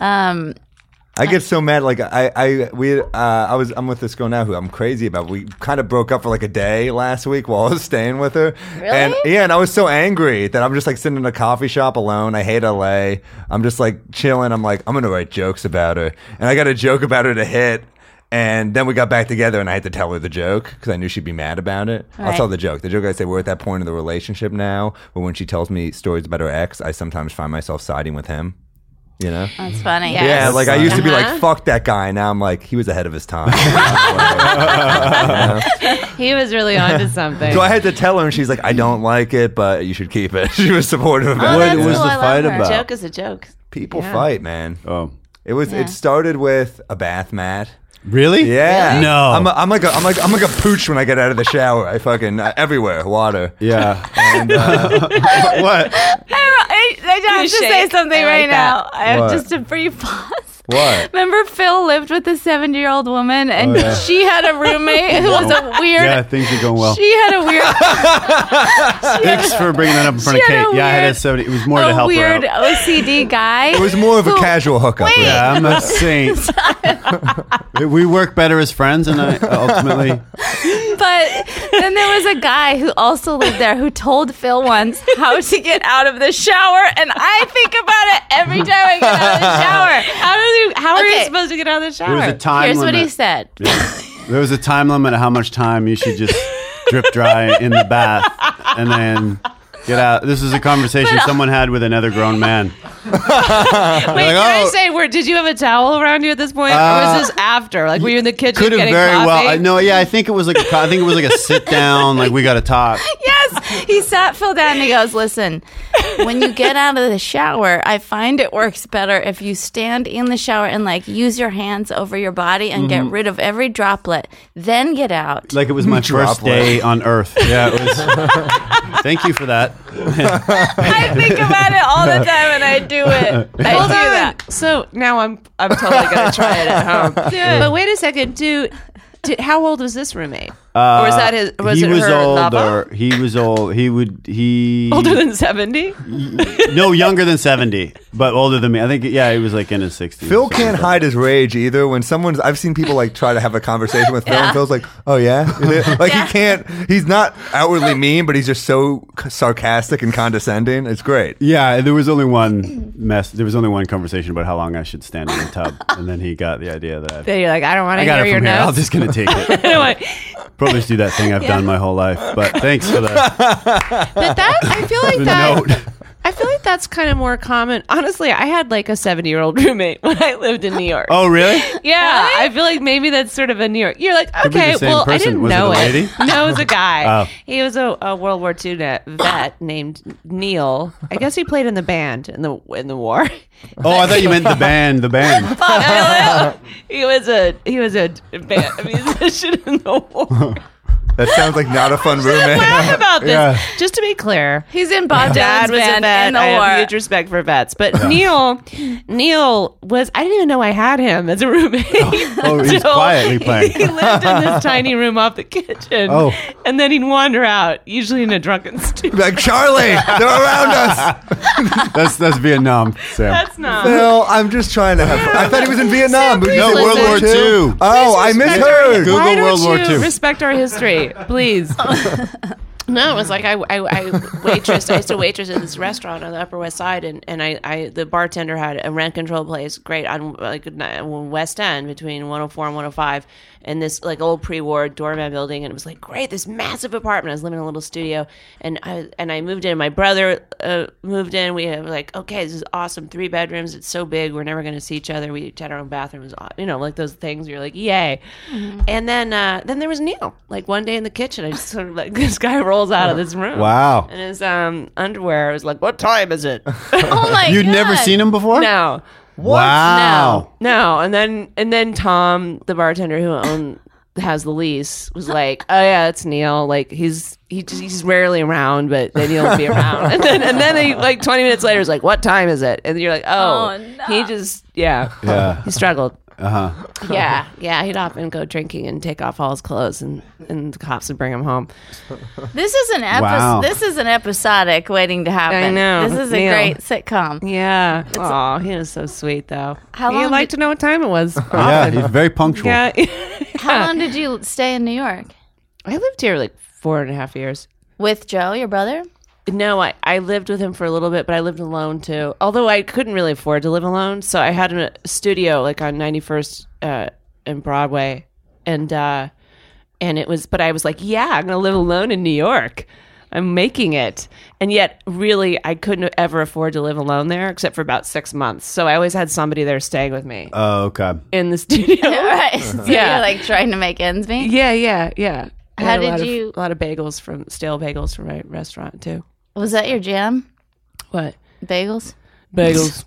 Speaker 4: I get so mad. Like I, I, we, uh, I was, I'm with this girl now who I'm crazy about. We kind of broke up for like a day last week while I was staying with her. Really? And yeah, and I was so angry that I'm just like sitting in a coffee shop alone. I hate LA. I'm just like chilling. I'm like, I'm gonna write jokes about her, and I got a joke about her to hit. And then we got back together, and I had to tell her the joke because I knew she'd be mad about it. I'll
Speaker 2: Right.
Speaker 4: tell the joke. The joke I say we're at that point in the relationship now, where when she tells me stories about her ex, I sometimes find myself siding with him. You know.
Speaker 2: That's funny.
Speaker 4: Yeah,
Speaker 6: Yes.
Speaker 4: like I used to be
Speaker 6: Uh-huh.
Speaker 4: like, fuck that guy. Now I'm like, he was ahead of his time.
Speaker 6: He was really onto something.
Speaker 4: so I had to tell her, and she's like, I don't like it, but you should keep it. She was supportive of
Speaker 2: Oh,
Speaker 4: it.
Speaker 5: What
Speaker 2: that's
Speaker 5: was
Speaker 2: cool.
Speaker 5: the
Speaker 2: I love
Speaker 5: fight
Speaker 2: her.
Speaker 5: about?
Speaker 6: joke is a joke.
Speaker 4: People fight, man.
Speaker 5: Oh,
Speaker 4: It was. It started with a bath mat.
Speaker 5: really?
Speaker 4: Yeah.
Speaker 5: No.
Speaker 4: I'm, a, I'm like a, I'm like I'm like a pooch when I get out of the shower. I fucking uh, everywhere water.
Speaker 5: yeah. what?
Speaker 2: I, I have
Speaker 6: You
Speaker 2: to say
Speaker 6: shake.
Speaker 2: something
Speaker 6: I like
Speaker 2: right
Speaker 6: that.
Speaker 2: now. I have
Speaker 5: What?
Speaker 2: just a brief pause.
Speaker 4: What?
Speaker 2: Remember, Phil lived with this 70 year old woman, and
Speaker 5: yeah.
Speaker 2: she had a roommate who was a weird.
Speaker 5: Yeah, things are going well.
Speaker 2: She had a weird.
Speaker 5: Thanks for bringing that up in front of
Speaker 2: She had
Speaker 5: Kate.
Speaker 2: a
Speaker 5: Yeah, I had a
Speaker 2: weird-
Speaker 5: 70. It was more to
Speaker 2: a
Speaker 5: help
Speaker 2: weird
Speaker 5: her out.
Speaker 2: OCD guy.
Speaker 4: It was more of a casual hookup. really.
Speaker 5: Yeah, I'm a saint. we work better as friends, and I uh, ultimately.
Speaker 2: But then there was a guy who also lived there who told Phil once how to get out of the shower, and I think about it every time I get out of the shower.
Speaker 6: How do you? How are
Speaker 2: Okay.
Speaker 6: you supposed to get out of the
Speaker 5: There
Speaker 6: shower?
Speaker 5: was a time
Speaker 2: Here's
Speaker 5: limit.
Speaker 2: what he said.
Speaker 5: There was a time limit of how much time you should just drip dry in the bath and then get out. This is a conversation someone had with another grown man.
Speaker 6: Wait,
Speaker 5: Like,
Speaker 6: can
Speaker 5: oh.
Speaker 6: I say? Where did you have a towel around you at this point, or was this after? Like, were you in the kitchen
Speaker 5: Could have
Speaker 6: getting
Speaker 5: very
Speaker 6: coffee?
Speaker 5: well. I, no, yeah, I think it was like a, co- I think it was like a sit down. Like we got to talk.
Speaker 2: Yes, he sat Phil down and he goes, "Listen, when you get out of the shower, I find it works better if you stand in the shower and like use your hands over your body and
Speaker 5: Mm-hmm.
Speaker 2: get rid of every droplet, then get out."
Speaker 5: Like it was my first
Speaker 4: Droplet.
Speaker 5: day on Earth. Yeah, it was. thank you for that.
Speaker 2: I think about it all the time and I do it. I
Speaker 6: Hold
Speaker 2: do
Speaker 6: on.
Speaker 2: that.
Speaker 6: So now I'm I'm totally gonna try it at home. But wait a second, do, do how old was this roommate? or was that his?
Speaker 5: Uh,
Speaker 6: Was
Speaker 5: he
Speaker 6: it
Speaker 5: was
Speaker 6: her
Speaker 5: older.
Speaker 6: lava?
Speaker 5: He was old. He would. He
Speaker 6: Older than seventy?
Speaker 5: no younger than seventy, but older than me. I think. Yeah, he was like in his sixties.
Speaker 4: Phil can't hide his rage either. When someone's, I've seen people like try to have a conversation with Phil, and Phil's like, "Oh yeah," like he can't. He's not outwardly mean, but he's just so c- sarcastic and condescending. It's great.
Speaker 5: Yeah, there was only one mess. There was only one conversation about how long I should stand in the tub, and then he got the idea that I,
Speaker 6: Then you're like, I don't want to
Speaker 5: I got
Speaker 6: hear
Speaker 5: it
Speaker 6: your
Speaker 5: from here. I'm
Speaker 6: notes.
Speaker 5: just gonna take it. Probably just do that thing I've done my whole life. But thanks for the,
Speaker 6: but that I feel like
Speaker 5: the
Speaker 6: that.
Speaker 5: note.
Speaker 6: I feel like that's kind of more common. Honestly, I had like a seventy-year-old roommate when I lived in New York.
Speaker 5: Oh, really?
Speaker 6: Yeah, I feel like maybe that's sort of a New York. You're like,
Speaker 5: Could be the
Speaker 6: okay,
Speaker 5: same
Speaker 6: well, I
Speaker 5: person.
Speaker 6: didn't
Speaker 5: Was it
Speaker 6: know
Speaker 5: a
Speaker 6: it.
Speaker 5: lady?
Speaker 6: No, it was a guy.
Speaker 5: Oh.
Speaker 6: He was a, a World War II net- vet named Neil. I guess he played in the band in the in the war.
Speaker 5: Oh, I thought you meant the band. The band.
Speaker 6: Fuck, I don't know. He was a he was a band musician in the war.
Speaker 4: That sounds like not a fun roommate.
Speaker 7: laugh about this.
Speaker 5: Yeah.
Speaker 7: Just to be clear,
Speaker 2: He's in Bob
Speaker 7: dad
Speaker 2: Dylan's
Speaker 7: was a
Speaker 2: band
Speaker 7: vet.
Speaker 2: in the
Speaker 7: I
Speaker 2: war.
Speaker 7: have huge respect for vets, but Neil, Neil was. I didn't even know I had him as a roommate.
Speaker 5: oh, he's
Speaker 7: until
Speaker 5: quietly playing.
Speaker 7: He lived in this tiny room off the kitchen.
Speaker 5: Oh.
Speaker 7: and then he'd wander out, usually in a drunken state.
Speaker 4: Like Charlie, they're around us.
Speaker 5: That's that's Vietnam, Sam.
Speaker 7: That's not.
Speaker 4: Phil, I'm just trying to have. Fun. I thought he was in Vietnam. but you
Speaker 5: No,
Speaker 4: said
Speaker 5: World War
Speaker 4: II.
Speaker 5: II.
Speaker 4: Oh, I
Speaker 7: Respect
Speaker 4: misheard.
Speaker 5: Google
Speaker 7: Why don't
Speaker 5: World War
Speaker 7: you
Speaker 5: II.
Speaker 7: Respect our history, please.
Speaker 6: No, it was like I, I, I waitressed. I used to waitress at this restaurant on the Upper West Side, and, and I, I the bartender had a rent control place, great on like n- West End between 104 and 105, and this like old pre-war doorman building, and it was like great, this massive apartment. I was living in a little studio, and I and I moved in. My brother uh, moved in. We were like, okay, this is awesome. Three bedrooms. It's so big. We're never going to see each other. We each had our own bathrooms. You know, like those things. You're like, yay. And then uh, then there was Neil. Like one day in the kitchen, I just sort of like this guy rolls out of this room.
Speaker 5: Wow.
Speaker 6: In his um, underwear, I was like, "What time is it?"
Speaker 2: Oh my
Speaker 5: You'd never
Speaker 2: God.
Speaker 5: seen him before?
Speaker 6: no,
Speaker 5: Wow.
Speaker 6: no. And then and then Tom, the bartender who owned has the lease, was like, "Oh yeah, it's Neil. Like he's he just, he's rarely around, but then he'll be around." And then and then he, like twenty minutes later, is like, "What time is it?" And you're like, "Oh,
Speaker 2: Oh, no.
Speaker 6: he just yeah,
Speaker 5: Yeah.
Speaker 6: he struggled."
Speaker 5: Uh-huh.
Speaker 6: Yeah, yeah, he'd often go drinking and take off all his clothes, and, and the cops would bring him home.
Speaker 2: This is an episode.
Speaker 5: Wow.
Speaker 2: This is an episodic waiting to happen.
Speaker 6: I know.
Speaker 2: This is a
Speaker 6: Neil.
Speaker 2: great sitcom.
Speaker 6: Yeah. Oh, he was so sweet though.
Speaker 2: How
Speaker 6: He'd
Speaker 2: long
Speaker 6: like
Speaker 2: did-
Speaker 6: to know what time it was.
Speaker 5: Yeah, he's very punctual.
Speaker 6: yeah.
Speaker 2: How long did you stay in New York
Speaker 6: I lived here like four and a half years.
Speaker 2: with Joe, your brother?
Speaker 6: No, I, I lived with him for a little bit, but I lived alone too. Although I couldn't really afford to live alone, so I had a studio like on 91st uh, and Broadway, and uh, and it was. But I was like, yeah, I'm gonna live alone in New York. I'm making it, and yet really, I couldn't ever afford to live alone there except for about six months. So I always had somebody there staying with me
Speaker 5: Oh, okay.
Speaker 6: in the studio.
Speaker 2: right. So
Speaker 6: Oh. Yeah.
Speaker 2: you're like trying to make ends meet.
Speaker 6: Yeah, yeah, yeah. I
Speaker 2: How
Speaker 6: had a
Speaker 2: did
Speaker 6: lot of-
Speaker 2: you-
Speaker 6: a lot of bagels from stale bagels from my restaurant too.
Speaker 2: Was that your jam?
Speaker 6: What
Speaker 2: Bagels?
Speaker 6: bagels?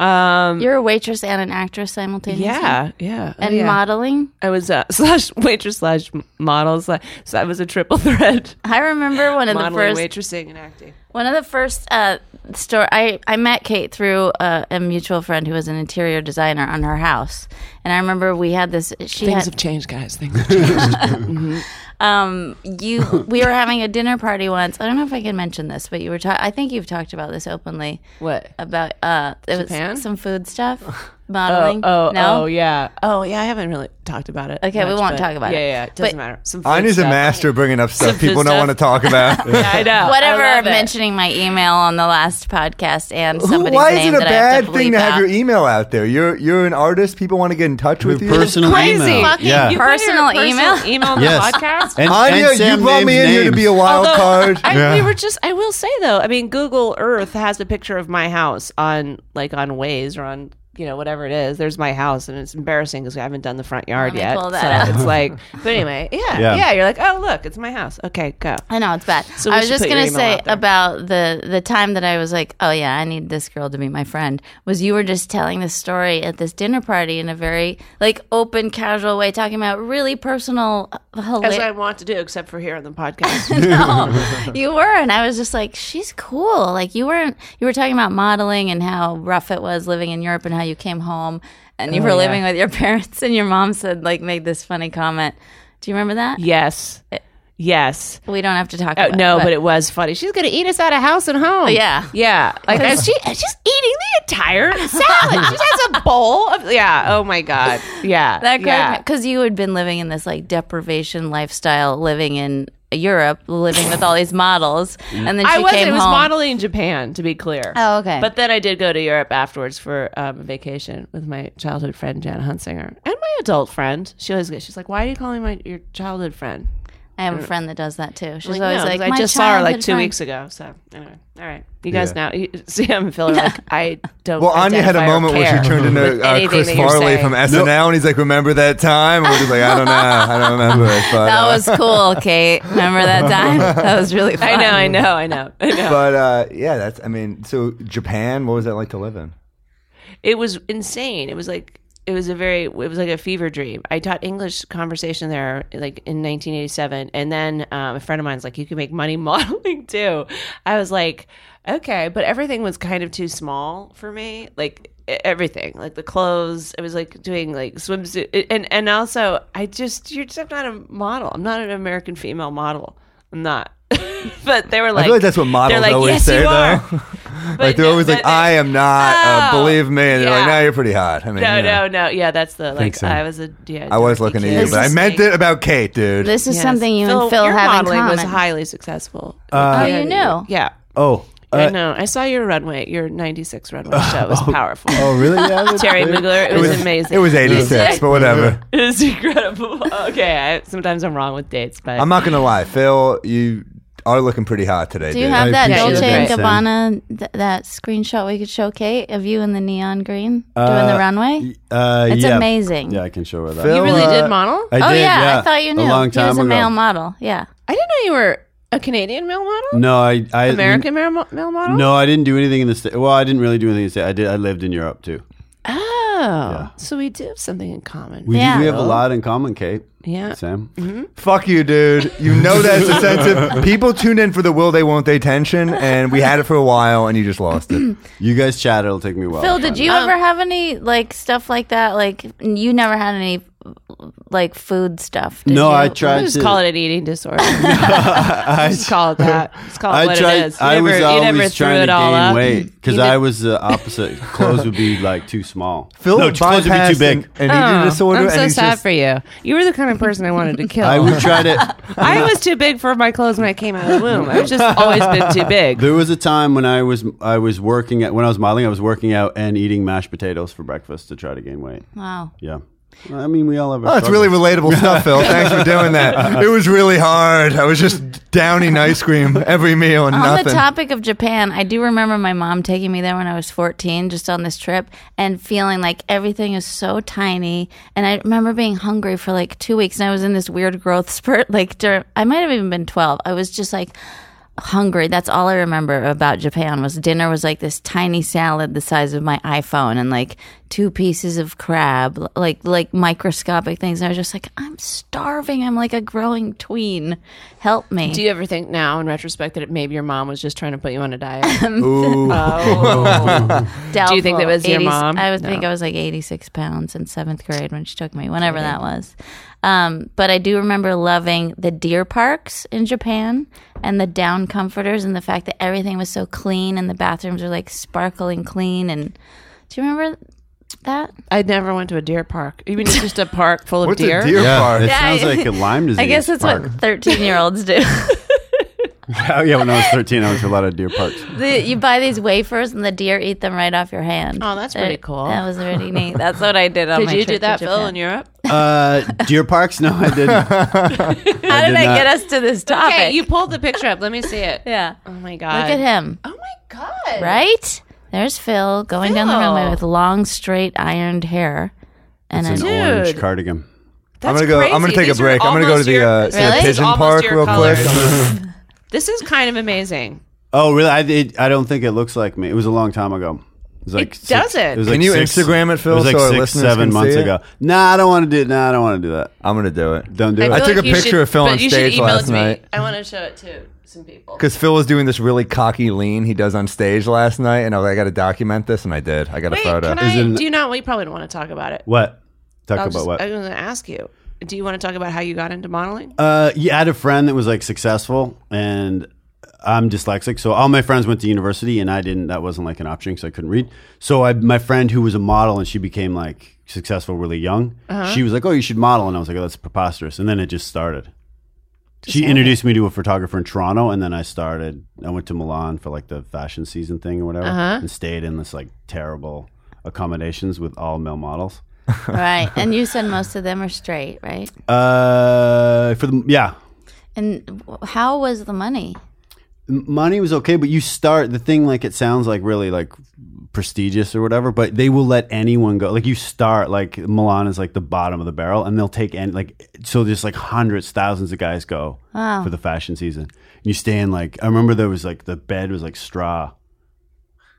Speaker 6: um,
Speaker 2: You're a waitress and an actress simultaneously.
Speaker 6: yeah, yeah. Oh,
Speaker 2: Mm-hmm. And
Speaker 6: yeah.
Speaker 2: modeling.
Speaker 6: I was uh, slash waitress slash model slash. So I was a triple threat:
Speaker 2: I remember one of the
Speaker 6: modeling,
Speaker 2: first
Speaker 6: waitressing, and acting.
Speaker 2: One of the first uh, store I, I met Kate through uh, a mutual friend who was an interior designer on her house, and I remember we had this. She
Speaker 6: Things
Speaker 2: had
Speaker 6: have changed, guys. Things have changed.
Speaker 2: um you we were having a dinner party once. I don't know if I can mention this, but you were talking. I think you've talked about this openly
Speaker 6: what?
Speaker 2: about uh it was
Speaker 6: Japan?
Speaker 2: some food stuff
Speaker 6: Oh,
Speaker 2: modeling.
Speaker 6: oh,
Speaker 2: no,
Speaker 6: oh, yeah. Oh, yeah. I haven't really talked about it.
Speaker 2: Okay, we
Speaker 6: much,
Speaker 2: won't
Speaker 6: but-
Speaker 2: talk about it.
Speaker 6: Yeah, yeah. It doesn't
Speaker 2: But-
Speaker 6: matter. Some food
Speaker 4: Anya's a
Speaker 6: stuff.
Speaker 4: master bringing up stuff
Speaker 6: food
Speaker 4: people don't
Speaker 6: stuff.
Speaker 4: want to talk about.
Speaker 6: Yeah, I know. I
Speaker 2: whatever.
Speaker 6: love it.
Speaker 2: mentioning my email on the last podcast and somebody's
Speaker 4: Why is
Speaker 2: name
Speaker 4: it a
Speaker 2: that I have
Speaker 4: bad
Speaker 2: to
Speaker 4: thing
Speaker 2: bleep
Speaker 4: to have
Speaker 2: out.
Speaker 4: your
Speaker 6: e-,
Speaker 4: email out there? You're you're an artist. People want to get in touch with you.
Speaker 5: Personal
Speaker 6: Crazy.
Speaker 5: email.
Speaker 2: Fucking
Speaker 5: Yeah.
Speaker 6: You put your
Speaker 2: Personal email?
Speaker 6: Email on
Speaker 5: Yes.
Speaker 6: the podcast.
Speaker 5: And,
Speaker 4: Anya,
Speaker 5: and Sam
Speaker 4: you brought me in
Speaker 5: names
Speaker 4: here to be a
Speaker 5: names.
Speaker 4: wild
Speaker 6: Although,
Speaker 4: card.
Speaker 6: I,
Speaker 5: Yeah.
Speaker 6: We were just. I will say though. I mean, Google Earth has a picture of my house on like on Waze or on you know whatever it is. There's my house, and it's embarrassing because I haven't done the front yard
Speaker 2: me
Speaker 6: yet.
Speaker 2: pull that
Speaker 6: so
Speaker 2: up.
Speaker 6: it's like, but anyway, yeah,
Speaker 5: Yeah.
Speaker 6: yeah, You're like, oh look, it's my house. Okay, go.
Speaker 2: I know it's bad.
Speaker 6: So we
Speaker 2: I was
Speaker 6: should
Speaker 2: just
Speaker 6: put your
Speaker 2: gonna
Speaker 6: email
Speaker 2: say
Speaker 6: out there.
Speaker 2: about the the time that I was like, oh yeah, I need this girl to be my friend. Was you were just telling this story at this dinner party in a very like open, casual way, talking about really personal,
Speaker 6: As I
Speaker 2: hilarious.
Speaker 6: want to do, except for here on the podcast.
Speaker 2: you were, and I was just like, she's cool. Like you weren't. You were talking about modeling and how rough it was living in Europe and how you came home and you
Speaker 6: Oh,
Speaker 2: were living with your parents and your mom said like made this funny comment. Do you remember that?
Speaker 6: yes, yes.
Speaker 2: We don't have to talk.
Speaker 6: Oh,
Speaker 2: about
Speaker 6: no,
Speaker 2: it,
Speaker 6: but it was funny. She's gonna eat us out of house and home.
Speaker 2: Oh, yeah.
Speaker 6: yeah. Like I, she, she's eating the entire salad. she has a bowl of yeah. Oh my god. Yeah.
Speaker 2: That
Speaker 6: yeah.
Speaker 2: because you had been living in this like deprivation lifestyle, living in Europe, living with all these models, and then she
Speaker 6: Mm. I was.
Speaker 2: came
Speaker 6: It was
Speaker 2: home.
Speaker 6: modeling in Japan, to be clear.
Speaker 2: Oh, okay.
Speaker 6: But then I did go to Europe afterwards for um, a vacation with my childhood friend Janet Hunsinger and my adult friend. She always she's like, "Why are you calling my your childhood friend?"
Speaker 2: I have a friend that does that too. She's
Speaker 6: Like,
Speaker 2: always
Speaker 6: no,
Speaker 2: like,
Speaker 6: I
Speaker 2: "My
Speaker 6: just saw her like
Speaker 2: childhood
Speaker 6: two
Speaker 2: friend."
Speaker 6: weeks ago. So anyway, all right, you guys now now Sam and Phil are like, I don't.
Speaker 4: Well, Anya had a
Speaker 6: identify or
Speaker 4: moment where she
Speaker 6: care
Speaker 4: turned
Speaker 6: with
Speaker 4: into uh,
Speaker 6: anything
Speaker 4: Chris
Speaker 6: that you're
Speaker 4: Farley
Speaker 6: saying.
Speaker 4: from SNL, and he's like, "Remember that time?" And we're just like, "I don't know, I don't remember." it," But,
Speaker 2: That
Speaker 4: uh,
Speaker 2: was cool, Kate. Remember that time? That was really fun.
Speaker 6: I know, I know, I know, I know.
Speaker 4: but uh, yeah, that's. I mean, so Japan. What was that like to live in?
Speaker 6: it was insane. It was like it was a very it was like a fever dream. I taught English conversation there like in 1987, and then um, a friend of mine's like, "You can make money modeling too." I was like, "Okay," but everything was kind of too small for me. Like e- everything, like the clothes. I was like doing like swimsuit, it- and and also I just you're just I'm not a model. I'm not an American female model. I'm not. but they were like,
Speaker 4: I feel like that's what models
Speaker 6: they're like,
Speaker 4: always
Speaker 6: yes,
Speaker 4: say,
Speaker 6: you are.
Speaker 4: though. like
Speaker 6: But
Speaker 4: they're
Speaker 6: no,
Speaker 4: always
Speaker 6: but
Speaker 4: like,
Speaker 6: they-
Speaker 4: "I am not." uh,
Speaker 6: Oh,
Speaker 4: believe me, and they're like,
Speaker 6: yeah.
Speaker 4: "No, you're pretty hot." I mean,
Speaker 6: No,
Speaker 4: you know.
Speaker 6: no, no. Yeah, that's the like.
Speaker 5: Thanks, Anne.
Speaker 6: I was a yeah.
Speaker 4: I was
Speaker 6: dorky
Speaker 4: looking at
Speaker 6: kid.
Speaker 4: you, but I
Speaker 2: is
Speaker 4: meant it about Kate, dude.
Speaker 2: This is
Speaker 6: Yes.
Speaker 2: something you and Phil
Speaker 6: your
Speaker 2: have in
Speaker 6: modeling
Speaker 2: common.
Speaker 6: was highly successful.
Speaker 2: oh,
Speaker 6: Yeah,
Speaker 2: you knew.
Speaker 6: Yeah.
Speaker 5: Uh, Oh,
Speaker 6: I
Speaker 5: uh,
Speaker 6: know. I saw your runway, your 96 runway show. It was powerful.
Speaker 5: oh, really? Yeah, that's
Speaker 6: Terry
Speaker 5: great.
Speaker 6: Mugler, it, was, amazing.
Speaker 4: it was '86, but whatever.
Speaker 6: It was incredible. Okay, I, sometimes I'm wrong with dates, but
Speaker 4: I'm not gonna lie, Phil. You are looking pretty hot today.
Speaker 2: Do you
Speaker 4: dude.
Speaker 2: have that
Speaker 5: appreciate
Speaker 2: Dolce and
Speaker 5: that,
Speaker 2: Gabbana th- that screenshot we could show Kate of you in the neon green doing the
Speaker 5: Uh,
Speaker 2: runway?
Speaker 5: Uh,
Speaker 2: It's
Speaker 5: yeah.
Speaker 2: amazing.
Speaker 5: Yeah, I can show her that.
Speaker 4: Phil,
Speaker 6: you really
Speaker 4: uh,
Speaker 6: did model.
Speaker 5: I
Speaker 2: oh
Speaker 5: did,
Speaker 2: yeah, I thought you knew.
Speaker 5: A long time
Speaker 2: he was a
Speaker 5: ago.
Speaker 2: male model. Yeah.
Speaker 6: I didn't know you were a Canadian male model,
Speaker 5: No, I, I
Speaker 6: American male, mo- male model.
Speaker 5: No, I didn't do anything in the state. Well, I didn't really do anything in the state. I did. I lived in Europe too.
Speaker 6: Oh, so we do have something in common.
Speaker 5: We, do-
Speaker 2: Yeah.
Speaker 5: we have a lot in common, Kate.
Speaker 6: yeah. Mm-hmm.
Speaker 5: Sam.
Speaker 4: Fuck you, dude. You know that's a sensitive. People tune in for the will they won't they tension, and we had it for a while, and you just lost it.
Speaker 5: You guys chat. It'll take me a while.
Speaker 2: Phil, did you ever have any like stuff like that? Like you never had any like food stuff. Did
Speaker 5: No,
Speaker 2: you?
Speaker 5: I tried
Speaker 6: We'll just
Speaker 5: to
Speaker 6: call it an eating disorder. just call it that. Just call it
Speaker 5: I
Speaker 6: what
Speaker 5: tried.
Speaker 6: it is. You
Speaker 5: I
Speaker 6: never,
Speaker 5: was
Speaker 6: you
Speaker 5: always
Speaker 6: never threw
Speaker 5: trying to
Speaker 6: it all
Speaker 5: gain
Speaker 6: up.
Speaker 5: weight because
Speaker 6: You
Speaker 5: I
Speaker 6: did-
Speaker 5: was the opposite. Clothes would be like too small.
Speaker 4: Phil
Speaker 5: no, clothes would be too
Speaker 4: bypassed
Speaker 5: big.
Speaker 4: an, an eating
Speaker 6: Oh,
Speaker 4: disorder,
Speaker 6: I'm
Speaker 4: and
Speaker 6: so
Speaker 4: he's
Speaker 6: sad
Speaker 4: just
Speaker 6: for you. You were the kind of person I wanted to kill.
Speaker 5: I
Speaker 6: I
Speaker 5: would try to.
Speaker 6: was too big for my clothes when I came out of the womb. I've just always been too big.
Speaker 5: There was a time when I was I was working at when I was modeling. I was working out and eating mashed potatoes for breakfast to try to gain weight.
Speaker 2: Wow.
Speaker 5: Yeah, I mean we all have.
Speaker 4: Oh, it's really relatable stuff, Phil. Thanks for doing that. It was really hard. I was just downing ice cream every meal and
Speaker 2: On
Speaker 4: nothing.
Speaker 2: the topic of Japan, I do remember my mom taking me there when I was 14, just on this trip, and feeling like everything is so tiny. And I remember being hungry for like two weeks, and I was in this weird growth spurt. Like, during, I might have even been 12. I was just like hungry. That's all I remember about Japan was dinner was like this tiny salad the size of my iPhone, and like two pieces of crab, l- like like microscopic things. And I was just like, I'm starving. I'm like a growing tween. Help me.
Speaker 6: Do you ever think now, in retrospect, that it, maybe your mom was just trying to put you on a diet?
Speaker 2: Doubtful.
Speaker 6: Do you think that was your mom?
Speaker 2: I would
Speaker 6: No.
Speaker 2: think I was like 86 pounds in seventh grade when she took me, whenever that was. Um, but I do remember loving the deer parks in Japan and the down comforters and the fact that everything was so clean and the bathrooms were like sparkling clean. And do you remember that?
Speaker 6: I never went to a deer park. You mean it's just a park full of
Speaker 4: What's
Speaker 6: deer?
Speaker 4: a deer
Speaker 5: Yeah,
Speaker 4: bar?
Speaker 5: it
Speaker 2: Yeah, I-
Speaker 5: sounds like a Lyme disease.
Speaker 2: I guess that's
Speaker 5: park.
Speaker 2: what 13 year olds do.
Speaker 5: oh yeah, when I was thirteen, I went to a lot of deer parks.
Speaker 2: The- you buy these wafers and the deer eat them right off your hand.
Speaker 6: Oh, that's
Speaker 2: They're-
Speaker 6: pretty cool.
Speaker 2: That was pretty neat. That's what I did on
Speaker 6: Did
Speaker 2: my
Speaker 6: you
Speaker 2: trip
Speaker 6: do
Speaker 2: to
Speaker 6: that, Phil,
Speaker 2: Japan.
Speaker 6: in Europe?
Speaker 5: Uh, deer parks? No, I didn't.
Speaker 2: How did,
Speaker 5: did
Speaker 2: I
Speaker 5: not.
Speaker 2: get us to this topic?
Speaker 6: Okay, you pulled the picture up. Let me see it.
Speaker 2: yeah.
Speaker 6: Oh my
Speaker 2: Look
Speaker 6: god.
Speaker 2: at him.
Speaker 6: Oh my god.
Speaker 2: Right? There's Phil going down the
Speaker 6: Phil.
Speaker 2: runway with long, straight, ironed hair. And
Speaker 5: It's an
Speaker 2: a,
Speaker 5: orange cardigan.
Speaker 6: That's
Speaker 4: I'm gonna go.
Speaker 6: Crazy.
Speaker 4: I'm gonna take
Speaker 6: These
Speaker 4: a
Speaker 6: are
Speaker 4: break. I'm gonna go to
Speaker 6: almost
Speaker 4: the
Speaker 6: your-
Speaker 4: uh, see the
Speaker 2: Really? This is
Speaker 4: pigeon
Speaker 6: almost
Speaker 4: park
Speaker 6: your
Speaker 4: real quick.
Speaker 6: colors. This is kind of amazing.
Speaker 5: Oh really? I it, I don't think it looks like me. It was a long time ago. It was like six-
Speaker 6: doesn't.
Speaker 5: It was
Speaker 4: Can
Speaker 5: like
Speaker 4: you
Speaker 5: six-
Speaker 4: Instagram it, Phil,
Speaker 5: It was like
Speaker 4: so our
Speaker 5: six,
Speaker 4: listeners
Speaker 5: seven
Speaker 4: can
Speaker 5: months
Speaker 4: see it?
Speaker 5: ago. Nah, I don't want to do. Nah, I don't want to do that.
Speaker 4: I'm gonna do it.
Speaker 5: Don't do
Speaker 4: I
Speaker 5: it.
Speaker 4: took a
Speaker 6: you
Speaker 4: picture
Speaker 6: should-
Speaker 4: of Phil on
Speaker 6: but you should
Speaker 4: stage
Speaker 6: email it
Speaker 4: last
Speaker 6: to me.
Speaker 4: night.
Speaker 6: I want to show it to some people.
Speaker 4: Because Phil was doing this really cocky lean he does on stage last night, and I was like, I got to document this, and I did. I got a
Speaker 6: Wait,
Speaker 4: photo.
Speaker 6: can I?
Speaker 5: Is it-
Speaker 6: do you not? We probably don't want to talk about it.
Speaker 5: What? Talk
Speaker 6: I'll
Speaker 5: about
Speaker 6: just,
Speaker 5: what?
Speaker 6: I'm going to ask you. Do you want to talk about how you got into modeling?
Speaker 5: Uh, yeah, I had a friend that was like successful, and I'm dyslexic, so all my friends went to university, and I didn't. That wasn't like an option because I couldn't read. So I, my friend who was a model, and she became like successful really young. She was like, "Oh, you should model," and I was like, "Oh, that's preposterous." And then it just started. she introduced me to a photographer in Toronto, and then I started. I went to Milan for like the fashion season thing or whatever, and stayed in this like terrible accommodations with all male models.
Speaker 2: right. And you said most of them are straight, right?
Speaker 5: Uh, for the yeah,
Speaker 2: And w- how was the money?
Speaker 5: M- money was okay but you start the thing like it sounds like really like prestigious or whatever but they will let anyone go like you start like milan is like the bottom of the barrel and they'll take and like so there's like hundreds thousands of guys go for the fashion season you stay in like i remember there was like the bed was like straw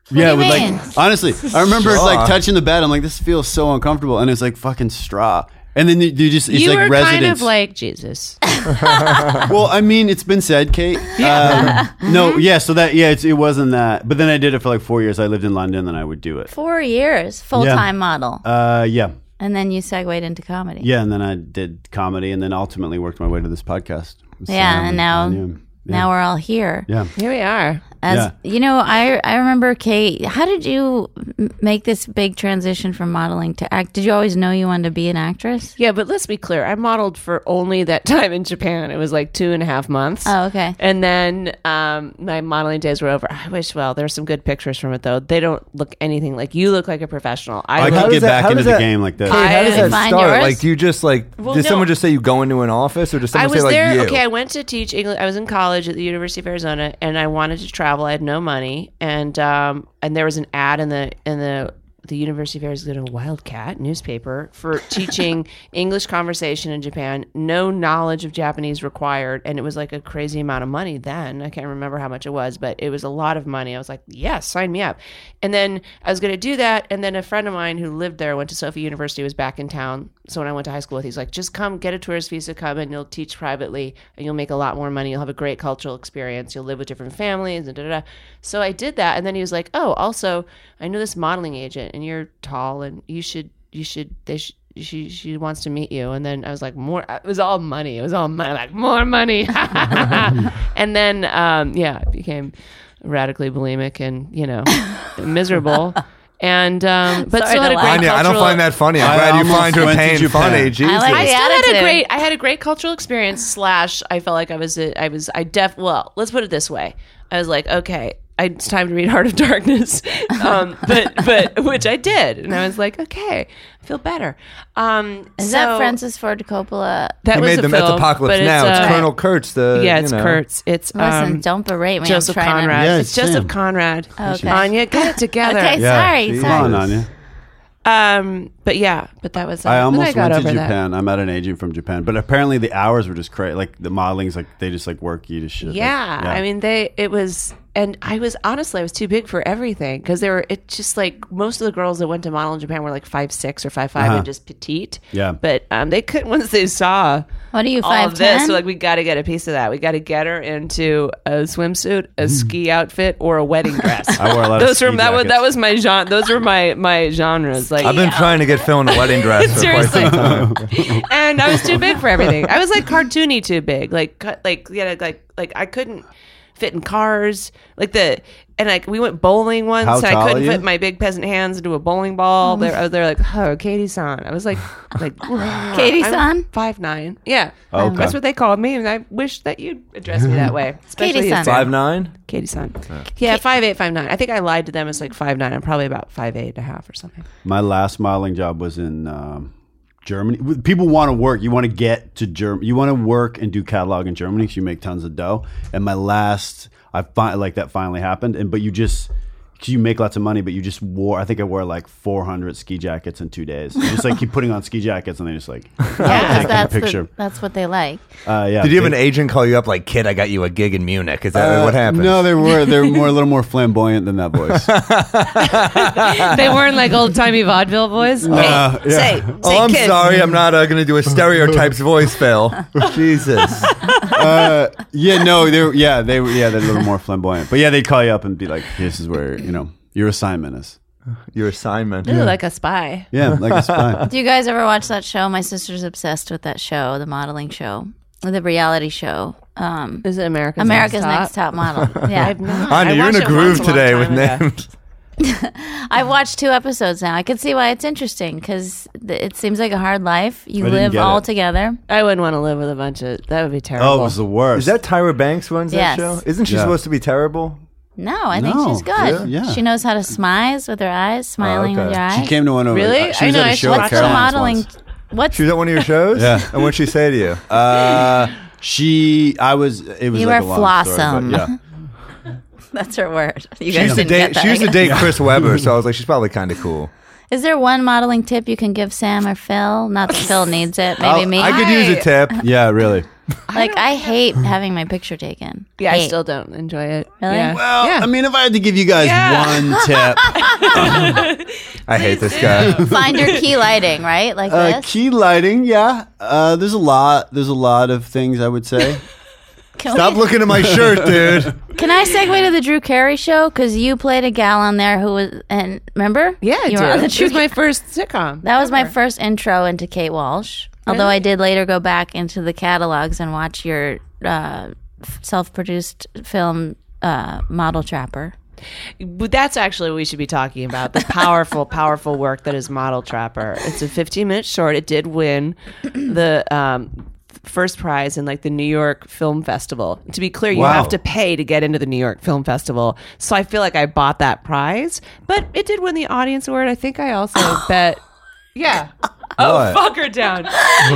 Speaker 5: yeah,
Speaker 2: do you
Speaker 5: with
Speaker 2: mean?
Speaker 5: like honestly, I remember it's like touching the bed. I'm like, this feels so uncomfortable, and it's like fucking straw. And then you, you just it's
Speaker 6: you
Speaker 5: like
Speaker 6: were
Speaker 5: residence.
Speaker 6: kind of like Jesus.
Speaker 5: well, I mean, it's been said, Kate. Um, no, yeah. So that yeah, it's, it wasn't that. But then I did it for like four years. I lived in London, and I would do it.
Speaker 2: Four years, full time model,
Speaker 5: Uh, yeah,
Speaker 2: and then you segued into comedy.
Speaker 5: yeah. And then I did comedy, and then ultimately worked my way to this podcast. So,
Speaker 2: Yeah, and now-
Speaker 5: yeah.
Speaker 2: Now we're all here.
Speaker 5: Yeah.
Speaker 6: Here we are.
Speaker 2: As
Speaker 5: Yeah.
Speaker 2: you know, I I remember Kate. How did you m- make this big transition from modeling to act? Did you always know you wanted to be an actress?
Speaker 6: Yeah, but let's be clear. I modeled for only that time in Japan. It was like two and a half months.
Speaker 2: Oh, okay.
Speaker 6: And then um, my modeling days were over. I wish. Well, there's some good pictures from it though. They don't look anything like you look like a professional. I,
Speaker 5: I
Speaker 6: look-
Speaker 5: can
Speaker 4: does
Speaker 5: get
Speaker 4: that-
Speaker 5: back
Speaker 4: how
Speaker 5: into
Speaker 4: does
Speaker 5: the
Speaker 4: that-
Speaker 5: game like that.
Speaker 4: Hey, how does
Speaker 2: I-
Speaker 4: that
Speaker 2: Find
Speaker 4: start?
Speaker 2: yours?
Speaker 4: Like, do you just like?
Speaker 6: Well,
Speaker 4: does
Speaker 6: no.
Speaker 4: someone just say you go into an office, or does someone
Speaker 6: I was
Speaker 4: say like
Speaker 6: there.
Speaker 4: you?
Speaker 6: Okay, I went to teach English. I was in college at the University of Arizona, and I wanted to travel. I had no money, and um, and there was an ad in the in the the University of Arizona Wildcat newspaper for teaching English conversation in Japan. No knowledge of Japanese required, and it was like a crazy amount of money then. I can't remember how much it was, but it was a lot of money. I was like, yes, sign me up. And then I was going to do that, and then a friend of mine who lived there went to Sophie University was back in town. So when I went to high school with, he's like, just come get a tourist visa, come and you'll teach privately, and you'll make a lot more money. You'll have a great cultural experience. You'll live with different families, and da da da. So I did that, and then he was like, oh, also, I know this modeling agent, and you're tall, and you should, you should, they should. She she wants to meet you, and then I was like, more. It was all money. It was all money. Like more money, and then um, yeah, I became radically bulimic and you know miserable. And um, but still had a
Speaker 2: to
Speaker 6: great.
Speaker 2: laugh.
Speaker 4: Anya, I don't
Speaker 6: cultural-
Speaker 4: find that funny. I'm
Speaker 5: I
Speaker 4: glad you
Speaker 5: almost
Speaker 4: find her
Speaker 5: went to
Speaker 4: pain
Speaker 5: Japan.
Speaker 4: funny. Jesus.
Speaker 2: like
Speaker 6: I
Speaker 2: the
Speaker 6: still had
Speaker 2: attitude.
Speaker 6: a great. I had a great cultural experience. Slash, I felt like I was. A, I was. I def. Well, let's put it this way. I was like, okay, I, it's time to read Heart of Darkness. Um, but but which I did, and I was like, okay, I feel better. Um,
Speaker 2: Is
Speaker 6: so
Speaker 2: that Francis Ford Coppola?
Speaker 6: That
Speaker 4: He
Speaker 6: was
Speaker 4: made
Speaker 6: a
Speaker 4: them.
Speaker 6: film,
Speaker 4: That's apocalypse
Speaker 6: but
Speaker 4: now. It's,
Speaker 6: uh,
Speaker 4: Colonel Kurtz. The
Speaker 6: Yeah,
Speaker 4: you
Speaker 6: it's
Speaker 4: know.
Speaker 6: Kurtz. It's
Speaker 2: Listen,
Speaker 6: um,
Speaker 2: don't berate me.
Speaker 6: Joseph
Speaker 2: I'm trying
Speaker 6: Conrad.
Speaker 5: Yeah,
Speaker 6: it's,
Speaker 5: it's
Speaker 6: Joseph
Speaker 5: him.
Speaker 6: Conrad.
Speaker 2: Okay.
Speaker 6: Anya, get it
Speaker 2: To,
Speaker 6: together.
Speaker 2: okay,
Speaker 5: Yeah.
Speaker 2: sorry,
Speaker 4: Come
Speaker 5: Come
Speaker 2: sorry.
Speaker 5: on, Anya.
Speaker 6: Um, but yeah, but that was. Uh,
Speaker 5: I
Speaker 6: then
Speaker 5: almost
Speaker 6: got
Speaker 5: went to
Speaker 6: over that.
Speaker 5: Japan. I'm at an agent from Japan, but apparently the hours were just crazy. Like the modeling's like they just like work you to shit. Like,
Speaker 6: Yeah, I mean they. It was, and I was honestly, I was too big for everything because they were. It's just like most of the girls that went to model in Japan were like five six or five and just petite.
Speaker 5: Yeah.
Speaker 6: but um, they couldn't once they saw
Speaker 2: What are you
Speaker 6: all
Speaker 2: five
Speaker 6: of this.
Speaker 2: ten?
Speaker 6: We're like, we got to get a piece of that. We got to get her into a swimsuit, a ski outfit, or a wedding dress.
Speaker 5: I wore a lot of
Speaker 6: those were
Speaker 5: ski
Speaker 6: that was
Speaker 5: jackets.
Speaker 6: that was my genre. Those were my my genres. Like
Speaker 4: I've been trying to get Phil in a wedding dress for quite
Speaker 6: Seriously.
Speaker 4: some time.
Speaker 6: and I was too big for everything. I was like cartoony too big. Like cut- like yeah like like I couldn't fit in cars. Like the and like we went bowling once
Speaker 5: How
Speaker 6: and
Speaker 5: tall
Speaker 6: I
Speaker 5: are
Speaker 6: couldn't
Speaker 5: you?
Speaker 6: fit my big peasant hands into a bowling ball. They're they're like oh Katie San. I was like like
Speaker 2: Katie-san?
Speaker 6: five nine. Yeah,
Speaker 5: Okay.
Speaker 6: that's what they called me, and I wish that you'd address me that way. Especially
Speaker 2: Katie-san.
Speaker 6: you, Sam.
Speaker 4: Five nine.
Speaker 6: Katie San. Yeah, five eight five nine. I think I lied to them. It's like five nine. I'm probably about five eight and a half or something.
Speaker 5: my last modeling job was in um, Germany. W- People want to work. You want to get to Germany. You want to work and do catalog in Germany because you make tons of dough. And my last, I find like that finally happened. And but you just. 'cause You make lots of money, but you just wore. I think I wore like 400 ski jackets in two days. You just like keep putting on ski jackets, and they just like
Speaker 2: Yeah, 'cause
Speaker 5: taking a
Speaker 2: that's,
Speaker 5: picture.
Speaker 2: the, that's what they like.
Speaker 5: uh, yeah.
Speaker 4: Did you have
Speaker 5: they-
Speaker 4: an agent call you up like, "Kid, I got you a gig in Munich"? Is that
Speaker 5: Uh,
Speaker 4: what happened?
Speaker 5: No, they were they're more a little more flamboyant than that voice. Uh,
Speaker 6: they weren't like old timey vaudeville boys.
Speaker 5: Uh, yeah.
Speaker 4: Oh, I'm sorry. I'm not uh, going to do a stereotypes voice, Phil. Jesus.
Speaker 5: Uh, yeah, no, they were, yeah, they were yeah, they're a little more flamboyant. But yeah, they'd call you up and be like, "This is where you know your assignment is."
Speaker 4: Your assignment.
Speaker 6: like a spy.
Speaker 5: Yeah, like a spy.
Speaker 2: Do you guys ever watch that show? My sister's obsessed with that show, the modeling show, the reality show. Um,
Speaker 6: Is it America's
Speaker 2: America's Next Top Model. Yeah,
Speaker 4: Anya, you're in a groove today with names.
Speaker 2: I've watched two episodes now. I can see why it's interesting because th- it seems like a hard life. You
Speaker 5: I didn't
Speaker 2: live
Speaker 5: get
Speaker 2: all
Speaker 5: it.
Speaker 2: together.
Speaker 6: I wouldn't want to live with a bunch of. That would be terrible.
Speaker 5: Oh, it was the worst.
Speaker 4: Is that Tyra Banks runs
Speaker 2: Yes.
Speaker 4: that show? Isn't she
Speaker 5: Yeah.
Speaker 4: supposed to be terrible?
Speaker 2: No, I think
Speaker 5: No,
Speaker 2: she's good.
Speaker 5: yeah, yeah.
Speaker 2: She knows how to smize with her eyes, smiling
Speaker 4: okay.
Speaker 2: with your eyes.
Speaker 5: she came to one over.
Speaker 6: Really?
Speaker 5: She was
Speaker 6: I know,
Speaker 5: at
Speaker 6: I
Speaker 5: a show.
Speaker 6: should
Speaker 5: with
Speaker 2: What's the
Speaker 5: Caroline's
Speaker 2: modeling?
Speaker 5: once.
Speaker 2: What's
Speaker 4: She was at one of your shows.
Speaker 5: Yeah.
Speaker 4: And what'd she say to you?
Speaker 5: Uh, she, I was. It was.
Speaker 2: You
Speaker 5: like
Speaker 2: were
Speaker 5: a long story,
Speaker 2: flossom.
Speaker 5: but yeah.
Speaker 2: that's her word? You
Speaker 4: She
Speaker 2: guys
Speaker 4: used to
Speaker 2: didn't
Speaker 4: date.
Speaker 2: get
Speaker 4: She
Speaker 2: that.
Speaker 4: used to
Speaker 2: I
Speaker 4: date Chris Webber, so I was like, she's probably kind of cool.
Speaker 2: guess. Is there one modeling tip you can give Sam or Phil? Not that Phil needs it. Maybe
Speaker 5: I'll-
Speaker 2: me.
Speaker 4: I could use a tip.
Speaker 5: Yeah, really.
Speaker 2: Like I hate having my picture taken.
Speaker 6: Yeah, I
Speaker 2: Hate.
Speaker 6: still don't enjoy it.
Speaker 2: Really?
Speaker 6: Yeah.
Speaker 5: Well, I mean, if I had to give you guys one tip,
Speaker 4: I hate this guy.
Speaker 2: find your key lighting, right? Like
Speaker 5: uh,
Speaker 2: this.
Speaker 5: key lighting, yeah. Uh, there's a lot. There's a lot of things I would say.
Speaker 2: Can,
Speaker 4: Stop
Speaker 2: we,
Speaker 4: looking at my shirt, dude.
Speaker 2: can I segue to the Drew Carey show? Because you played a gal on there who was, and remember?
Speaker 7: Yeah, I
Speaker 2: you
Speaker 7: do.
Speaker 2: were on the
Speaker 7: It
Speaker 2: Drew
Speaker 7: was my first sitcom.
Speaker 2: That was my first intro into Kate Walsh. Although I did later go back into the catalogs and watch your uh, f- self-produced film uh, Model Trapper.
Speaker 7: But that's actually what we should be talking about the powerful, powerful work that is Model Trapper. It's a 15 minute short. It did win the um, first prize in like the New York Film Festival. To be clear, you
Speaker 5: Wow.
Speaker 7: have to pay to get into the New York Film Festival. So I feel like I bought that prize, but it did win the audience award. I think I also bet. Yeah.
Speaker 2: Oh,
Speaker 4: What?
Speaker 7: Fuck her down.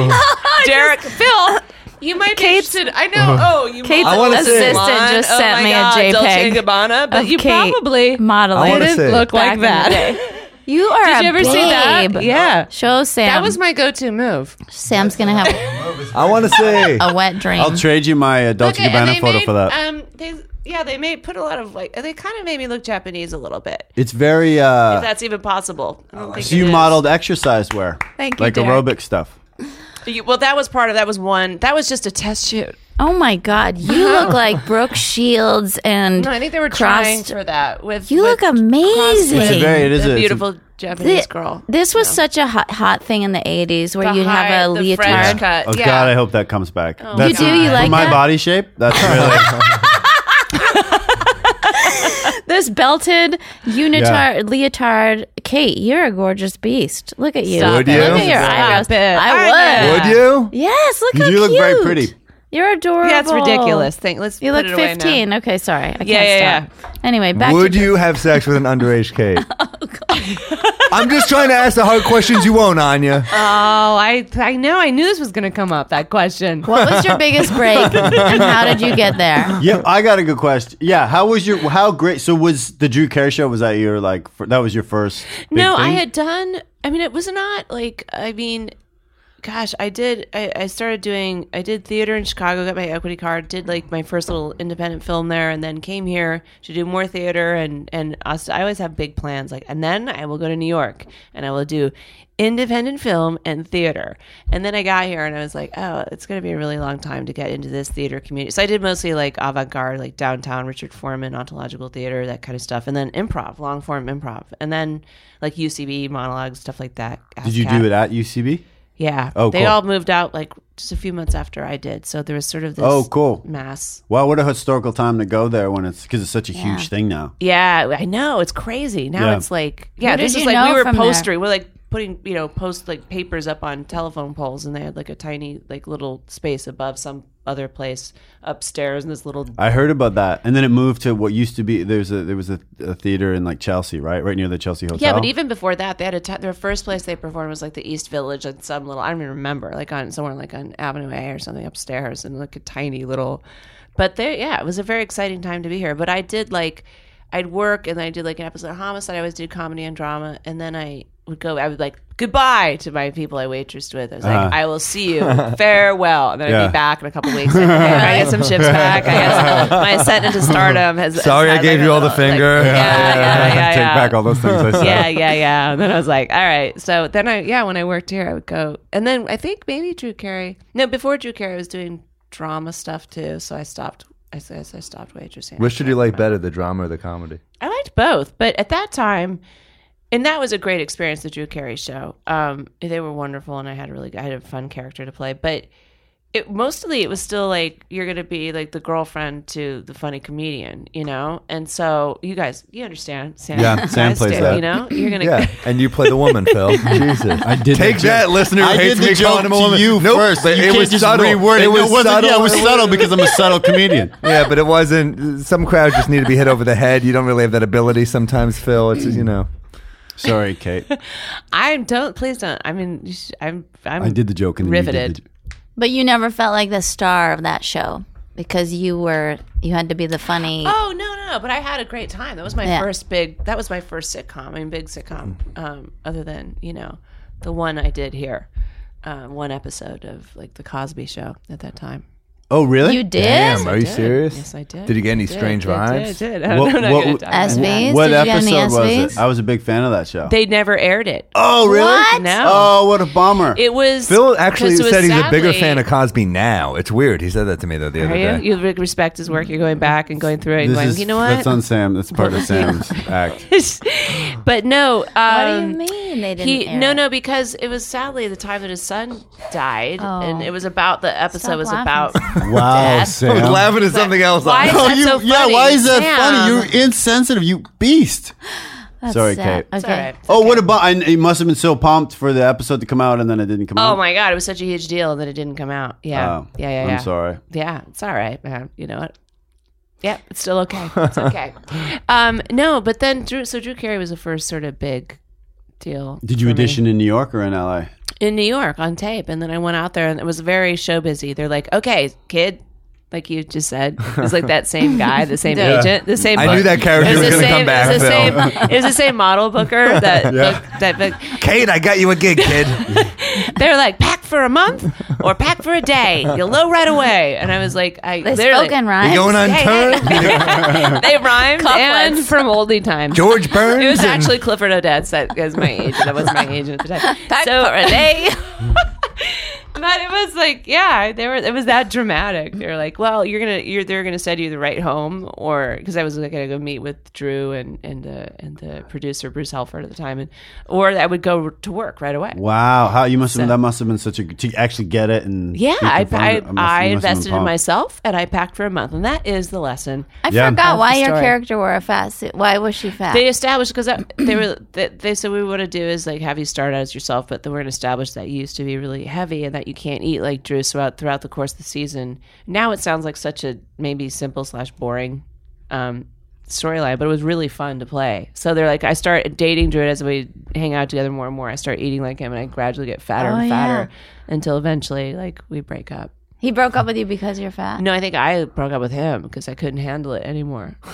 Speaker 7: Derek, Phil. You might
Speaker 6: Kate's-
Speaker 7: be interested. I know. Oh, you
Speaker 2: Kate's
Speaker 7: might-
Speaker 4: I wanna say-
Speaker 2: assistant just
Speaker 7: oh
Speaker 2: sent
Speaker 7: my
Speaker 2: me
Speaker 7: God,
Speaker 2: a
Speaker 7: Dolce
Speaker 2: JPEG.
Speaker 7: and Gabbana, but
Speaker 2: of
Speaker 7: you
Speaker 2: Kate
Speaker 7: probably
Speaker 4: I
Speaker 2: modeling.
Speaker 4: wanna
Speaker 7: didn't
Speaker 4: say-
Speaker 7: look like
Speaker 2: Back in the
Speaker 7: that.
Speaker 2: You are
Speaker 7: Did
Speaker 2: a
Speaker 7: you ever see that?
Speaker 2: babe.
Speaker 7: Yeah.
Speaker 2: Show Sam.
Speaker 6: Um,
Speaker 7: That was my go-to move.
Speaker 2: Sam's gonna have
Speaker 4: I want to say.
Speaker 2: a wet dream.
Speaker 5: I'll trade you my uh, Dolce
Speaker 6: Okay, and
Speaker 5: Gabbana
Speaker 6: they
Speaker 5: photo
Speaker 6: made,
Speaker 5: for that.
Speaker 6: Um, they, yeah, they made put a lot of like they kind of made me look Japanese a little bit.
Speaker 5: it's very. Uh,
Speaker 6: If that's even possible. I don't think
Speaker 5: Oh, so
Speaker 6: it
Speaker 5: you
Speaker 6: is.
Speaker 5: modeled exercise wear,
Speaker 6: Thank you,
Speaker 5: like
Speaker 6: Derek.
Speaker 5: aerobic stuff.
Speaker 6: You- well, that was part of that was one that was just a test shoot.
Speaker 2: oh my god, you look like Brooke Shields and
Speaker 6: No, I think they were
Speaker 2: crossed-
Speaker 6: trying for that with
Speaker 2: You look
Speaker 6: with
Speaker 2: amazing.
Speaker 5: It's a very. It is a,
Speaker 6: the
Speaker 5: it's a-
Speaker 6: beautiful Japanese
Speaker 2: Thi-
Speaker 6: girl.
Speaker 2: This was such a hot, hot thing in the '80s, where you'd have a
Speaker 6: the
Speaker 2: leotard.
Speaker 6: French cut.
Speaker 5: Oh
Speaker 6: yeah.
Speaker 5: God! I hope that comes back. That's-
Speaker 2: You do? You
Speaker 5: for
Speaker 2: like
Speaker 5: my
Speaker 2: that?
Speaker 5: body shape? That's really.
Speaker 2: This belted unitard, leotard. Kate, you're a gorgeous beast. Look at you.
Speaker 4: Would it. you?
Speaker 2: Look at your
Speaker 4: Stop
Speaker 2: eyebrows.
Speaker 7: it. I
Speaker 2: I would.
Speaker 7: know.
Speaker 4: Would you?
Speaker 2: Yes, look
Speaker 5: You
Speaker 2: how
Speaker 5: do look
Speaker 2: cute.
Speaker 5: very pretty.
Speaker 2: You're adorable.
Speaker 7: That's ridiculous. Think. Let's.
Speaker 2: You
Speaker 7: put
Speaker 2: look
Speaker 7: it away now.
Speaker 2: 15. Okay, sorry. I can't
Speaker 7: yeah,
Speaker 2: stop. Anyway, back
Speaker 4: Would
Speaker 2: to Oh,
Speaker 4: you have sex with an underage Kate? I'm just trying to ask the hard questions you won't, Anya.
Speaker 7: Oh, I I know. I knew this was going to come up. That question.
Speaker 2: What was your biggest break, and how did you get there?
Speaker 5: yeah, I got a good question. Yeah, how was your? How great? So was the Drew Carey show? Was that your like? fir- that was your first? big
Speaker 6: No, I
Speaker 5: thing?
Speaker 6: had done. I mean, it was not like. I mean, gosh, I did. I, I started doing. I did theater in Chicago. Got my equity card. Did like my first little independent film there, and then came here to do more theater. And and us- I always have big plans. Like, and then I will go to New York, and I will do independent film and theater. And then I got here, and I was like, oh, it's going to be a really long time to get into this theater community. So I did mostly like avant garde, like downtown Richard Foreman, ontological theater, that kind of stuff, and then improv, long form improv, and then like UCB monologues, stuff like that.
Speaker 5: Did you
Speaker 6: ASCAP.
Speaker 5: do it at UCB?
Speaker 6: Yeah.
Speaker 5: Oh,
Speaker 6: they
Speaker 5: cool.
Speaker 6: all moved out like just a few months after I did. So there was sort of this
Speaker 5: Oh, cool.
Speaker 6: mass.
Speaker 5: Wow, what a historical time to go there when it's because it's such a huge thing now.
Speaker 6: Yeah, I know. It's crazy. Now
Speaker 5: Yeah.
Speaker 6: it's like yeah,
Speaker 2: What did
Speaker 6: this is
Speaker 2: you
Speaker 6: like
Speaker 2: know
Speaker 6: we were
Speaker 2: from there?
Speaker 6: postering. We're like putting, you know, post like papers up on telephone poles and they had like a tiny like little space above some other place upstairs and this little
Speaker 5: I heard about that, and then it moved to what used to be there's a there was a, a theater in like Chelsea, right, right near the Chelsea hotel.
Speaker 6: Yeah, but even before that, they had a t- their first place they performed was like the East Village and some little I don't even remember like on somewhere like on Avenue A or something upstairs and like a tiny little. But they yeah, it was a very exciting time to be here. But I did like I'd work and I did like an episode of Homicide. I always did comedy and drama, and then I would go. I would like goodbye to my people I waitressed with. I was
Speaker 4: Uh-huh.
Speaker 6: like, I will see you, farewell, and then I'd
Speaker 5: Yeah.
Speaker 6: be back in a couple weeks. Like, "Hey, I get some shifts back. I guess my ascent into stardom has. has
Speaker 4: Sorry, I
Speaker 6: had,
Speaker 4: gave
Speaker 6: like,
Speaker 4: you
Speaker 6: a
Speaker 4: all the
Speaker 6: little, like,
Speaker 4: finger.
Speaker 6: yeah, yeah, yeah,
Speaker 4: Take
Speaker 6: yeah.
Speaker 4: back all those things I said.
Speaker 6: yeah, yeah, yeah. And then I was like, all right. So then I, yeah, when I worked here, I would go. And then I think maybe Drew Carey. No, before Drew Carey, I was doing drama stuff too. So I stopped. I guess I stopped waitressing.
Speaker 4: Which did you like better, the drama or the comedy?
Speaker 6: I liked both, but at that time, and that was a great experience, the Drew Carey show. Um, they were wonderful, and I had a really, I had a fun character to play. But it mostly, it was still like you're gonna be like the girlfriend to the funny comedian, you know. And so you guys, you understand, Sam?
Speaker 5: Yeah,
Speaker 6: you
Speaker 5: Sam
Speaker 6: guys
Speaker 5: plays
Speaker 6: do,
Speaker 5: that.
Speaker 6: You know, you're gonna.
Speaker 4: Yeah, and you play the woman, Phil. Jesus.
Speaker 5: I did
Speaker 4: Take
Speaker 5: the
Speaker 4: that,
Speaker 5: joke.
Speaker 4: listener who
Speaker 5: I
Speaker 4: hates
Speaker 5: did the
Speaker 4: me
Speaker 5: joke
Speaker 4: calling him a
Speaker 5: to
Speaker 4: woman.
Speaker 5: you
Speaker 4: Nope,
Speaker 5: first.
Speaker 4: but
Speaker 5: You
Speaker 4: it
Speaker 5: can't
Speaker 4: was
Speaker 5: just
Speaker 4: subtle.
Speaker 5: reword
Speaker 4: It
Speaker 5: No,
Speaker 4: was
Speaker 5: wasn't-
Speaker 4: subtle.
Speaker 5: Yeah, it was subtle because I'm a subtle comedian.
Speaker 4: Yeah, but it wasn't. Some crowd just need to be hit over the head. You don't really have that ability sometimes, Phil. It's you know.
Speaker 5: Sorry, Kate.
Speaker 6: I don't. Please don't. I mean, you sh- I'm. I'm.
Speaker 5: I did the joke and then you did
Speaker 6: riveted.
Speaker 5: the-
Speaker 2: But you never felt like the star of that show because you were you had to be the funny.
Speaker 6: Oh no, no, no! But I had a great time. That was my
Speaker 2: Yeah.
Speaker 6: first big. That was my first sitcom. I mean, big sitcom.
Speaker 4: Mm-hmm.
Speaker 6: Um, other than you know, the one I did here, um, one episode of like the Cosby Show at that time.
Speaker 5: Oh, really?
Speaker 2: You did?
Speaker 4: Damn, are you
Speaker 6: did.
Speaker 4: serious?
Speaker 6: Yes, I did.
Speaker 4: Did you get any strange vibes?
Speaker 6: Did, did,
Speaker 5: What-
Speaker 6: I'm not
Speaker 5: what-
Speaker 6: gonna talk about
Speaker 2: SVs?
Speaker 6: it.
Speaker 2: Did
Speaker 5: What
Speaker 2: you have any
Speaker 5: episode was
Speaker 2: SVs?
Speaker 5: it? I was a big fan of that show.
Speaker 6: They never aired it.
Speaker 5: oh, really?
Speaker 2: What?
Speaker 6: No.
Speaker 5: Oh, what a bummer.
Speaker 6: It was
Speaker 4: Phil actually
Speaker 6: 'cause it was
Speaker 4: said he's a bigger
Speaker 6: sadly-
Speaker 4: fan of Cosby now. It's weird. He said that to me though the other
Speaker 6: Are you?
Speaker 4: day.
Speaker 6: You re- respect his work. You're going back and going through it and going, you know
Speaker 5: That's
Speaker 6: what?
Speaker 5: on Sam. That's part of Sam's act.
Speaker 6: but no. Um,
Speaker 2: what do you mean they didn't?
Speaker 6: He
Speaker 2: air
Speaker 6: no
Speaker 2: it?
Speaker 6: no because it was sadly the time that his son died
Speaker 2: Oh.
Speaker 6: and it was about the episode
Speaker 2: Stop
Speaker 6: was
Speaker 2: laughing.
Speaker 6: about
Speaker 5: Wow,
Speaker 6: Death.
Speaker 5: Sam.
Speaker 4: I was laughing at something else.
Speaker 6: Why-
Speaker 5: Oh,
Speaker 6: That's
Speaker 5: you,
Speaker 6: so
Speaker 5: Yeah,
Speaker 6: funny.
Speaker 5: why is that
Speaker 6: Sam.
Speaker 5: funny? You insensitive, you beast.
Speaker 2: That's
Speaker 5: Sorry,
Speaker 2: sad.
Speaker 5: Kate.
Speaker 6: It's all
Speaker 2: Okay.
Speaker 6: right.
Speaker 5: Oh, what about? I, you must have been so pumped for the episode to come out, and then it didn't come out.
Speaker 6: Oh my god, it was such a huge deal that it didn't come out. Yeah.
Speaker 5: Oh,
Speaker 6: yeah, yeah,
Speaker 5: I'm
Speaker 6: yeah.
Speaker 5: sorry.
Speaker 6: Yeah, it's all right, man. You know what? Yeah, it's still okay. It's okay. um, no, but then Drew so Drew Carey was the first sort of big deal.
Speaker 5: Did you
Speaker 6: for me.
Speaker 5: audition in New York or in LA?
Speaker 6: in New York on tape. And then I went out there and it was very show busy. They're like, okay, kid, like you just said, it's like that same guy, the same agent, the same.
Speaker 4: I knew that character
Speaker 6: It's
Speaker 4: was
Speaker 6: the
Speaker 4: gonna come
Speaker 6: same.
Speaker 4: back,
Speaker 6: It's the
Speaker 4: Phil.
Speaker 6: same. It's the same model booker that booked- that book.
Speaker 4: Kate, I got you a gig, kid.
Speaker 6: They're like pack for a month or pack for a day. You'll know right away. And I was like, I
Speaker 2: They
Speaker 6: literally-
Speaker 2: spoke in rhymes.
Speaker 4: You going on turn?
Speaker 6: They rhymed and
Speaker 2: Couplets.
Speaker 6: from oldie time.
Speaker 4: George Burns.
Speaker 6: It was
Speaker 4: and-
Speaker 6: actually Clifford Odets that was my agent. That was my agent at the time. so,
Speaker 2: for a day.
Speaker 6: But it was like, yeah, they were. It was that dramatic. They were like, well, you're gonna, you're they're gonna send you the right home, or because I was like, gonna go meet with Drew and and the and the producer Bruce Helford at the time, and or I would go to work right away.
Speaker 5: Wow, how you must have that must have been such a to actually get it and
Speaker 6: Yeah,
Speaker 5: you
Speaker 6: I,
Speaker 5: confirmed
Speaker 6: I,
Speaker 5: it. must- you must
Speaker 6: I
Speaker 5: have been
Speaker 6: invested in
Speaker 5: pumped.
Speaker 6: myself and I packed for a month, and that is the lesson.
Speaker 2: I
Speaker 5: Yeah.
Speaker 2: forgot why your
Speaker 6: story.
Speaker 2: character wore a fat suit. Why was she fat?
Speaker 6: They established because they were they, they said we want to do is like have you start out as yourself, but then we're going to establish that you used to be really heavy and that you can't eat like Drew throughout throughout the course of the season. Now it sounds like such a maybe simple slash boring um, storyline, but it was really fun to play. So they're like, I start dating Drew and as we hang out together more and more. I start eating like him, and I gradually get fatter
Speaker 2: Oh,
Speaker 6: and
Speaker 2: yeah.
Speaker 6: fatter until eventually like we break up.
Speaker 2: he broke up with you because you're fat.
Speaker 6: No, I think I broke up with him because I couldn't handle it anymore.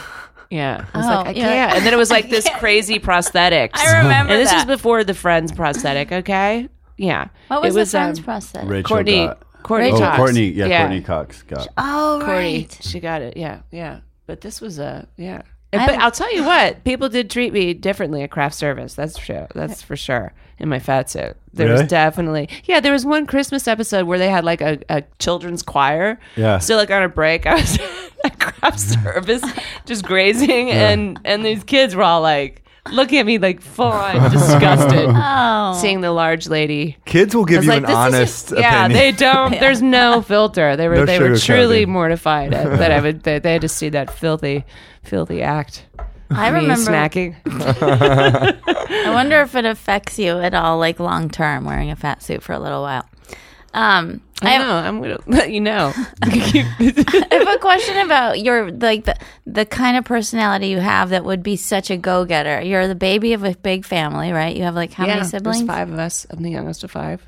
Speaker 6: Yeah, I was
Speaker 2: Oh,
Speaker 6: like, I
Speaker 2: you're like-
Speaker 6: can't. and then it was like this crazy prosthetics.
Speaker 2: I remember
Speaker 6: And this
Speaker 2: that.
Speaker 6: was before the Friends prosthetic. Okay, yeah.
Speaker 2: What was,
Speaker 6: it
Speaker 2: the friend's
Speaker 6: um,
Speaker 2: process?
Speaker 5: Rachel
Speaker 6: Courtney.
Speaker 5: got-
Speaker 6: Courtney.
Speaker 5: Oh,
Speaker 6: Cox.
Speaker 5: Courtney, yeah, Courtney Cox got.
Speaker 2: Oh,
Speaker 6: Courtney,
Speaker 2: right.
Speaker 6: She got it. Yeah, yeah. But this was a yeah. And-
Speaker 2: I-
Speaker 6: but I'll tell you what, people did treat me differently at craft service. That's true. That's for sure. In my fat suit, there
Speaker 5: Really?
Speaker 6: was definitely yeah. There was one Christmas episode where they had like a, a children's choir.
Speaker 5: Yeah.
Speaker 6: So like on a break, I was at craft service, just grazing, and and these kids were all like looking at me like full on disgusted,
Speaker 2: Oh.
Speaker 6: seeing the large lady
Speaker 4: Kids will give
Speaker 6: was
Speaker 4: you
Speaker 6: like,
Speaker 4: an
Speaker 6: "This
Speaker 4: honest
Speaker 6: isn't- yeah,
Speaker 4: opinion.
Speaker 6: they don't. There's no filter. They were
Speaker 4: No
Speaker 6: they were
Speaker 4: sugarcoating.
Speaker 6: truly mortified at, that I would that they had to see that filthy, filthy act.
Speaker 2: I
Speaker 6: Me
Speaker 2: remember.
Speaker 6: snacking.
Speaker 2: I wonder if it affects you at all, like long term, wearing a fat suit for a little while. Um, I
Speaker 6: I
Speaker 2: have,
Speaker 6: know. I'm gonna let you know.
Speaker 2: I have a question about your like the the kind of personality you have that would be such a go getter. You're the baby of a big family, right? You have like how many
Speaker 6: There's
Speaker 2: siblings?
Speaker 6: five of us. I'm the youngest of five.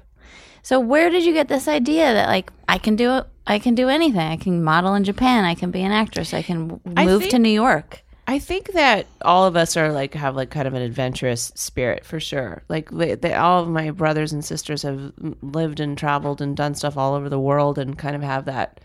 Speaker 2: So where did you get this idea that like I can do it? I can do anything. I can model in Japan. I can be an actress. I can w-
Speaker 6: I
Speaker 2: move to
Speaker 6: think-
Speaker 2: New York.
Speaker 6: I think that all of us are like have like kind of an adventurous spirit for sure. Like they, they, all of my brothers and sisters have lived and traveled and done stuff all over the world and kind of have that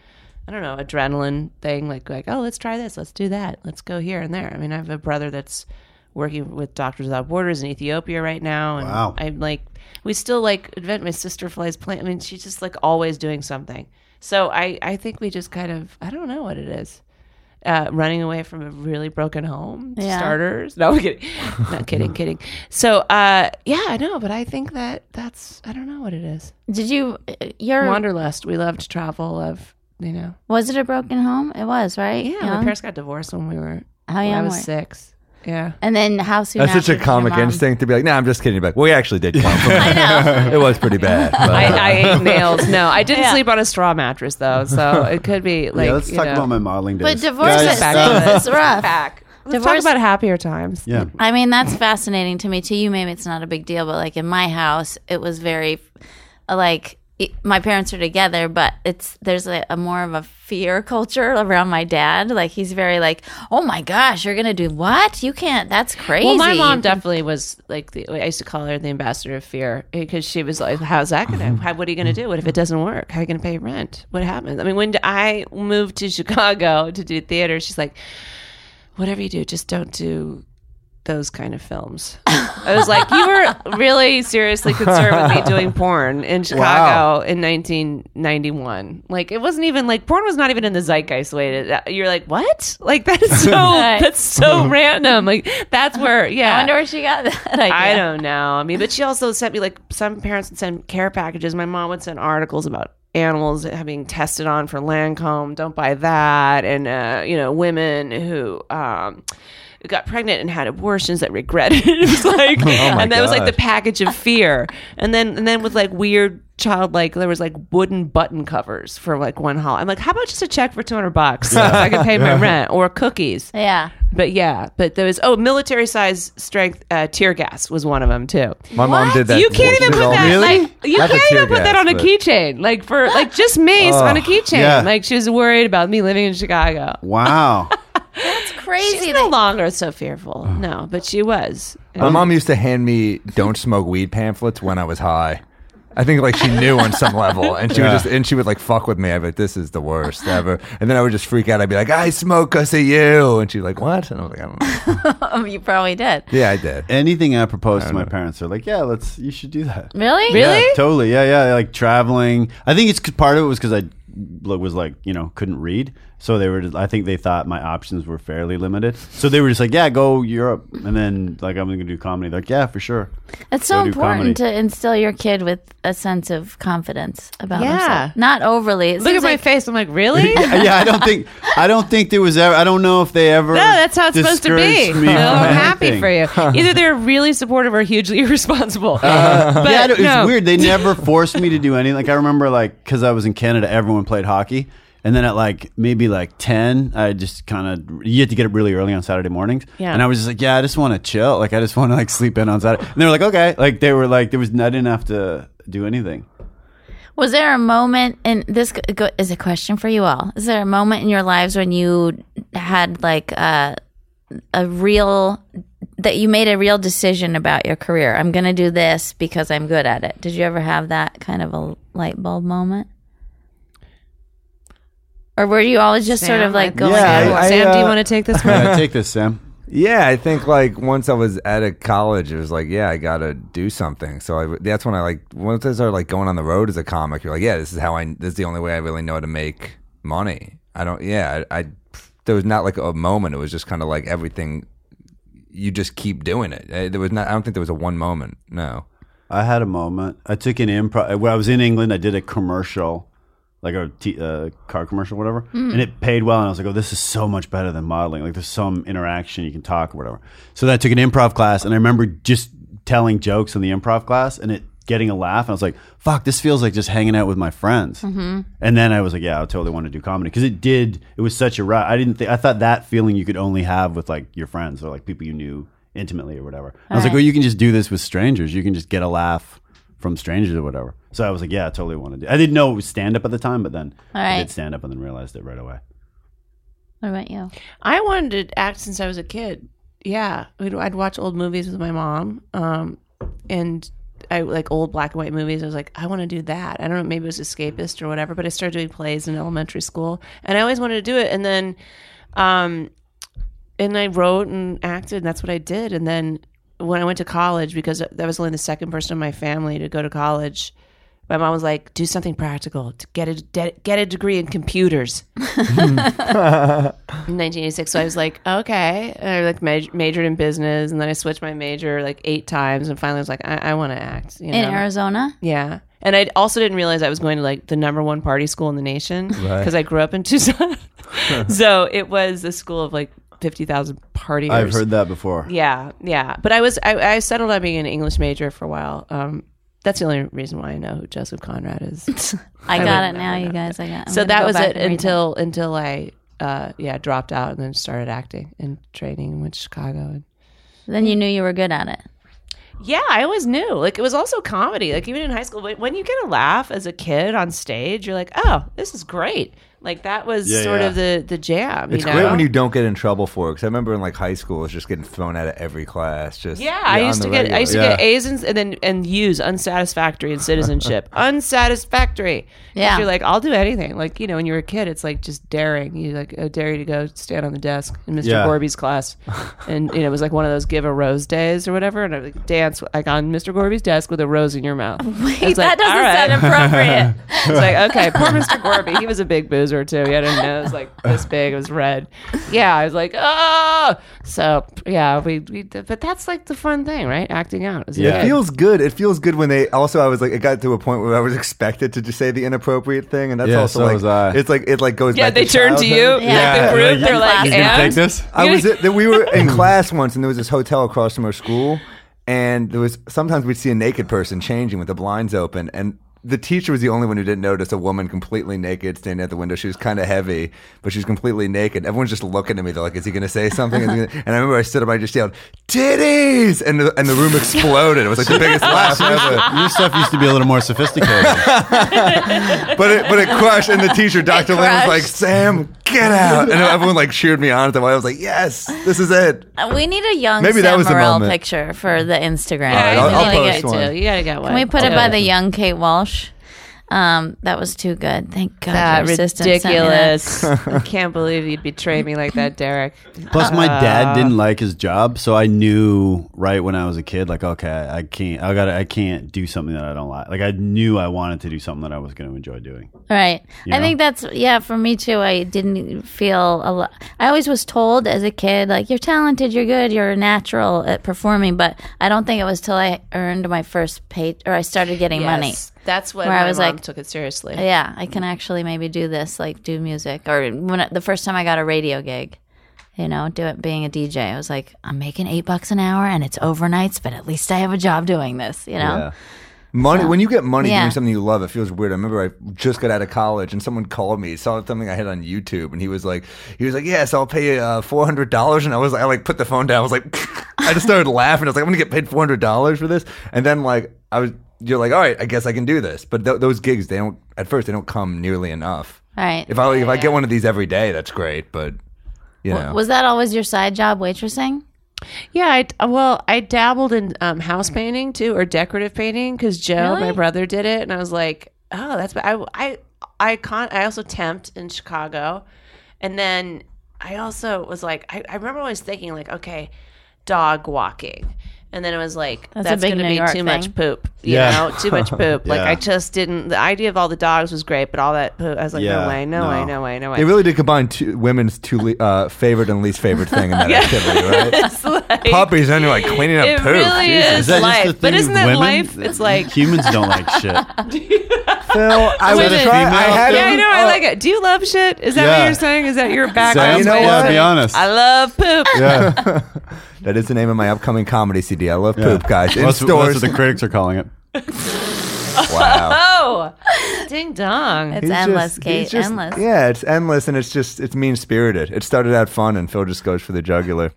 Speaker 6: I don't know adrenaline thing. Like like oh let's try this, let's do that, let's go here and there. I mean I have a brother that's working with Doctors Without Borders in Ethiopia right now, and
Speaker 5: Wow.
Speaker 6: I'm like we still like invent. My sister flies plane. I mean she's just like always doing something. So I I think we just kind of I don't know what it is uh, running away from a really broken home.
Speaker 2: Yeah.
Speaker 6: Starters. No, I'm kidding. Not kidding, kidding. So, uh, yeah, I know, but I think that that's, I don't know what it is.
Speaker 2: Did you? uh, Your
Speaker 6: Wanderlust. We love to travel, love, you know.
Speaker 2: was it a broken home? It was right.
Speaker 6: Yeah, my
Speaker 2: Young?
Speaker 6: parents got divorced when we were,
Speaker 2: How
Speaker 6: when
Speaker 2: young
Speaker 6: I was
Speaker 2: were you?
Speaker 6: six. Yeah.
Speaker 2: And then how soon?
Speaker 4: That's
Speaker 2: after
Speaker 4: such a
Speaker 2: did your
Speaker 4: comic
Speaker 2: mom-
Speaker 4: instinct to be like, "No, nah, I'm just kidding." You're like, we actually did come from it. It was pretty bad. but-
Speaker 6: I, I ate nails. No, I didn't sleep on a straw mattress though, so it could be like.
Speaker 5: yeah, let's
Speaker 6: you
Speaker 5: talk
Speaker 6: know,
Speaker 5: about my modeling days.
Speaker 2: But divorce
Speaker 5: Guys,
Speaker 2: is
Speaker 6: back
Speaker 5: uh,
Speaker 6: to
Speaker 2: that's rough.
Speaker 6: back. Let's
Speaker 2: Divorce-
Speaker 6: talk about happier times.
Speaker 5: yeah,
Speaker 2: I mean, that's fascinating to me. To you, maybe it's not a big deal, but like in my house, it was very, uh, like y- my parents are together, but it's there's a, a more of a fear culture around my dad. Like he's very like, oh my gosh, you're gonna do what? You can't. That's crazy.
Speaker 6: Well, my mom definitely was like the, I used to call her the ambassador of fear because she was like, "How's that gonna? How, what are you gonna do? What if it doesn't work? How are you gonna pay rent? What happens?" I mean, when I moved to Chicago to do theater, she's like, "Whatever you do, just don't do." Those kind of films. I was like, you were really seriously concerned with me doing porn in Chicago in 1991. Like, it wasn't even like porn was not even in the zeitgeist. Wait, you're like, what? Like that's so that's so random. Like that's where yeah.
Speaker 2: I wonder where she got that idea.
Speaker 6: I don't know. I mean, but she also sent me like some parents would send care packages. My mom would send articles about animals having tested on for Lancome. Don't buy that. And uh, you know, women who. Um, Got pregnant and had abortions that regretted. It was like, and that was like the package of fear. And then, and then with like weird childlike, there was like wooden button covers for like one hall. I'm like, how about just a check for 200 bucks so I could pay my rent or cookies?
Speaker 2: Yeah.
Speaker 6: But yeah, but there was oh, military size strength uh, tear gas was one of them too.
Speaker 4: My mom did that.
Speaker 6: you can't even put that like you
Speaker 4: That's a
Speaker 6: can't
Speaker 4: tear
Speaker 6: even put that
Speaker 4: gas,
Speaker 6: on a
Speaker 4: but-
Speaker 6: keychain like for like just mace on a keychain.
Speaker 5: yeah.
Speaker 6: Like she was worried about me living in Chicago.
Speaker 5: Wow.
Speaker 2: It's crazy.
Speaker 6: She's
Speaker 2: that-
Speaker 6: no longer so fearful. No, but she was.
Speaker 4: My mom used to hand me "Don't smoke weed" pamphlets when I was high. I think like she knew on some level, and she
Speaker 5: Yeah.
Speaker 4: would just and she would like fuck with me. I'd be like, "This is the worst ever," and then I would just freak out. I'd be like, "I smoke 'cause of you," and she's like, "What?" And I was like, "I don't know."
Speaker 2: you probably did.
Speaker 4: Yeah, I did.
Speaker 5: Anything I propose to my parents, they're like, "Yeah, let's. You should do that."
Speaker 2: Really?
Speaker 5: Yeah, totally. Yeah, yeah. Like traveling. I think it's 'cause part of it was because I l- was like, you know, couldn't read. So they were. Just, I think they thought my options were fairly limited. So they were just like, "Yeah, go Europe," and then like, "I'm gonna do comedy." They're like, "Yeah, for sure."
Speaker 2: It's so
Speaker 5: Go do
Speaker 2: important
Speaker 5: comedy.
Speaker 2: to instill your kid with a sense of confidence about
Speaker 6: Yeah.
Speaker 2: himself. Not overly. It
Speaker 6: Look at
Speaker 2: seems
Speaker 6: my
Speaker 2: like-
Speaker 6: face. I'm like, really? no,
Speaker 5: Uh, yeah, I don't think. I don't think there was ever. I don't know if they ever.
Speaker 6: that's how it's supposed to be.
Speaker 5: discouraged
Speaker 6: No,
Speaker 5: me from
Speaker 6: I'm happy
Speaker 5: anything.
Speaker 6: for you. Either they're really supportive or hugely irresponsible.
Speaker 4: Uh,
Speaker 6: but
Speaker 5: yeah, I don't- it's
Speaker 6: no.
Speaker 5: weird. They never forced me to do anything. Like I remember, like because I was in Canada, everyone played hockey, and then at like maybe like ten, I just kind of you had to get up really early on Saturday mornings,
Speaker 6: Yeah.
Speaker 5: and I was just like, yeah, I just want to chill. Like I just want to like sleep in on Saturday. And they were like, okay, like they were like, there was I didn't have to do anything.
Speaker 2: Was there a moment in this go- go- is a question for you all? Is there a moment in your lives when you had like a a real that you made a real decision about your career? I'm going to do this because I'm good at it. Did you ever have that kind of a light bulb moment? Or were you always just sort of like going
Speaker 5: Yeah,
Speaker 2: out?
Speaker 4: I-
Speaker 6: Sam, do you
Speaker 4: uh,
Speaker 6: want to take this one?
Speaker 5: Yeah, take this, Sam.
Speaker 4: Yeah, I think like once I was out of college, it was like, yeah, I gotta do something. So I, that's when I like once I started like going on the road as a comic. You're like, yeah, this is how I. This is the only way I really know how to make money. I don't. Yeah, I. I there was not like a moment. It was just kind of like everything. You just keep doing it. Eh, There was not. I don't think there was a one moment. No.
Speaker 5: I had a moment. I took an improv when I was in England. I did a commercial, like a t- uh, car commercial, whatever, and it paid well. And I was like, "Oh, this is so much better than modeling. Like, there's some interaction you can talk or whatever." So then I took an improv class, and I remember just telling jokes in the improv class, and it getting a laugh. And I was like, "Fuck, this feels like just hanging out with my friends." And then I was like, "Yeah, I totally want to do comedy because it did. It was such a rush. I didn't. Think, I thought that feeling you could only have with like your friends or like people you knew." intimately or whatever. I was like, well, you can just do this with strangers. You can just get a laugh from strangers or whatever. So I was like, yeah, I totally want to do. I didn't know it was stand up at the time, but then I
Speaker 2: right.
Speaker 5: did stand up and then realized it right away.
Speaker 2: What about you?
Speaker 6: I wanted to act since I was a kid. Yeah, We'd, I'd watch old movies with my mom, um, and I like old black and white movies. I was like, I want to do that. I don't know, maybe it was escapist or whatever. But I started doing plays in elementary school, and I always wanted to do it. And then, um, and I wrote and acted. And that's what I did. And then when I went to college, because I was only the second person in my family to go to college. My mom was like, "Do something practical. To get a de- get a degree in computers." in 1986. So I was like, okay. And I like maj- majored in business, and then I switched my major like eight times, and finally I was like, I, I want to act. You know?
Speaker 2: In Arizona?
Speaker 6: Yeah. And I also didn't realize I was going to like the number one party school in the nation because I grew up in Tucson. so it was a school of like 50,000 partiers.
Speaker 5: I've heard that before.
Speaker 6: Yeah, yeah. But I was I, I settled on being an English major for a while. Um, that's the only reason why I know who Joseph Conrad is.
Speaker 2: I got it
Speaker 6: wouldn't
Speaker 2: now,
Speaker 6: know,
Speaker 2: you guys. I got. I'm
Speaker 6: so
Speaker 2: gonna
Speaker 6: that
Speaker 2: go
Speaker 6: was
Speaker 2: back
Speaker 6: it
Speaker 2: and read that.
Speaker 6: until until I uh, yeah dropped out and then started acting and training and went to Chicago and
Speaker 2: then you knew you were good at it.
Speaker 6: Yeah, I always knew. Like it was also comedy. Like even in high school, when when you get a laugh as a kid on stage, you're like, "Oh, this is great!" Like that was
Speaker 5: Yeah,
Speaker 6: sort
Speaker 5: yeah.
Speaker 6: of the the jam.
Speaker 4: It's
Speaker 6: you know?
Speaker 4: great when you don't get in trouble for it. Because I remember in like high school, it was just getting thrown out of every class. Just
Speaker 6: Yeah, I
Speaker 4: on
Speaker 6: used
Speaker 4: the
Speaker 6: to get I
Speaker 4: regular.
Speaker 6: used to get
Speaker 5: Yeah.
Speaker 6: A's and, and then and U's unsatisfactory in citizenship. unsatisfactory. 'Cause
Speaker 2: Yeah.
Speaker 6: You're like, I'll do anything. Like, you know, when you were a kid, it's like just daring. You like I dare you to go stand on the desk in Mr.
Speaker 5: Yeah.
Speaker 6: Gorby's class. And you know, it was like one of those give a rose days or whatever, and I would like, dance like on Mr. Gorby's desk with a rose in your mouth. I was
Speaker 2: that
Speaker 6: like,
Speaker 2: doesn't
Speaker 6: "All right."
Speaker 2: sound appropriate.
Speaker 6: It's like, okay, poor Mr. Gorby. He was a big boozer too. He had a nose like this big. It was red. Yeah, I was like, oh. So yeah, we, we but that's like the fun thing, right? Acting out. as a
Speaker 5: Yeah.
Speaker 6: kid.
Speaker 4: It feels good. It feels good when they. Also, I was like, it got to a point where I was expected to just say the inappropriate thing, and that's
Speaker 5: Yeah,
Speaker 4: also
Speaker 5: so
Speaker 4: like,
Speaker 5: was I.
Speaker 4: it's like it like goes.
Speaker 6: yeah,
Speaker 4: back
Speaker 6: they
Speaker 4: to
Speaker 6: turn to you.
Speaker 4: childhood.
Speaker 6: Yeah, the group.
Speaker 5: Yeah.
Speaker 6: They're like,
Speaker 5: You
Speaker 6: and
Speaker 5: can take this?
Speaker 4: I was at, that we were in class once, and there was this hotel across from our school, and there was sometimes we'd see a naked person changing with the blinds open, and the teacher was the only one who didn't notice a woman completely naked standing at the window. She was kind of heavy, but she was completely naked. Everyone's just looking at me. They're like, "Is he going to say something?" Is he gonna-" And I remember I stood up, I just yelled, "Titties!" and the, and the room exploded. It was like the biggest laugh ever.
Speaker 5: Your stuff used to be a little more sophisticated.
Speaker 4: But it, but it crushed, and the teacher, Dr. Lynn, was like,
Speaker 2: crushed.
Speaker 4: "Sam, get out!" And everyone like cheered me on at the while. I was like, "Yes, this is it."
Speaker 2: we need a young
Speaker 4: Maybe
Speaker 2: Maybe
Speaker 4: that was the moment.
Speaker 2: picture for the Instagram.
Speaker 4: All right,
Speaker 2: We
Speaker 4: I'll-
Speaker 2: need
Speaker 4: I'll
Speaker 2: to
Speaker 4: post
Speaker 2: get-
Speaker 4: one.
Speaker 6: too. You gotta get one.
Speaker 2: Can we put it by the young Kate Walsh? Um, that was too good. Thank God.
Speaker 6: that
Speaker 2: your assistant sent me uh, that.
Speaker 6: ridiculous. I can't believe you'd betray me like that, Derek.
Speaker 5: Plus, my
Speaker 6: Uh.
Speaker 5: dad didn't like his job, so I knew right when I was a kid, like, okay, I can't, I got, to I can't do something that I don't like. Like, I knew I wanted to do something that I was going to enjoy doing.
Speaker 2: Right.
Speaker 5: You
Speaker 2: I
Speaker 5: know?
Speaker 2: think that's yeah, for me too. I didn't feel a lot. I always was told as a kid like you're talented, you're good, you're natural at performing, but I don't think it was till I earned my first pay or I started getting money.
Speaker 6: Yes, That's what
Speaker 2: Where I
Speaker 6: my
Speaker 2: was
Speaker 6: mom
Speaker 2: like-
Speaker 6: took it seriously.
Speaker 2: Yeah, I can actually maybe do this, like do music or when I- the first time I got a radio gig, you know, do it being a DJ. I was like, I'm making 8 bucks an hour and it's overnights, but at least I have a job doing this, you know.
Speaker 4: Money when you get money
Speaker 2: Yeah.
Speaker 4: doing something you love, it feels weird. I remember I just got out of college and someone called me, saw something I had on YouTube, and he was like, he was like, yes, I'll pay you uh, four hundred dollars, and I was I like put the phone down, I was like, I just started laughing. I was like, I'm gonna get paid four hundred dollars for this, and then like I was, you're like, all right, I guess I can do this. But th- those gigs, they don't at first they don't come nearly enough.
Speaker 2: All right.
Speaker 4: If I if I get one of these every day, that's great, but you know,
Speaker 2: Was that always your side job waitressing?
Speaker 6: Yeah, I d well, I dabbled in um,
Speaker 2: Mm.
Speaker 6: house painting too, or decorative painting, because Joe, my brother, did it, and I was like, oh, that's. I I I con. I also temped in Chicago, and then I also was like, I, I remember always thinking like, okay, dog walking. And then it was like that's,
Speaker 2: That's a big
Speaker 6: going to
Speaker 2: New
Speaker 6: be
Speaker 2: York
Speaker 6: too much
Speaker 2: thing.
Speaker 6: poop, you
Speaker 5: Yeah.
Speaker 6: know, too much poop. Like
Speaker 5: Yeah.
Speaker 6: I just didn't. The idea of all the dogs was great, but all that poop, I was like,
Speaker 5: Yeah,
Speaker 6: no way, no, way,
Speaker 5: no.
Speaker 6: no way, no way.
Speaker 4: they really did combine two, women's two le- uh, favorite and least favorite thing in that activity, right?
Speaker 6: It's like-
Speaker 4: Puppies, and you're like cleaning up
Speaker 6: It
Speaker 4: poop.
Speaker 6: really
Speaker 4: Jesus.
Speaker 6: is, life, but isn't that
Speaker 5: women?
Speaker 6: life? It's like
Speaker 5: humans don't like shit.
Speaker 4: Phil, I
Speaker 5: Women.
Speaker 4: was trying. I had
Speaker 6: Yeah,
Speaker 4: him-
Speaker 6: I know. I
Speaker 4: oh,
Speaker 6: like it. Do you love shit? Is that what
Speaker 5: Yeah.
Speaker 6: you're saying? Is that your
Speaker 5: So,
Speaker 6: background?
Speaker 5: you know
Speaker 4: what?
Speaker 5: Yeah, be honest.
Speaker 6: I love poop.
Speaker 5: yeah,
Speaker 4: That is the name of my upcoming comedy CD. I love
Speaker 5: Yeah.
Speaker 4: poop, guys. In
Speaker 5: That's, what- that's
Speaker 4: stores.
Speaker 5: what the critics are calling it.
Speaker 4: wow.
Speaker 6: Oh, ding dong.
Speaker 2: It's
Speaker 4: He's
Speaker 2: endless,
Speaker 4: just-
Speaker 2: Kate.
Speaker 4: he's just-
Speaker 2: endless.
Speaker 4: Yeah, it's endless, and it's just it's mean spirited. It started out fun, and Phil just goes for the jugular.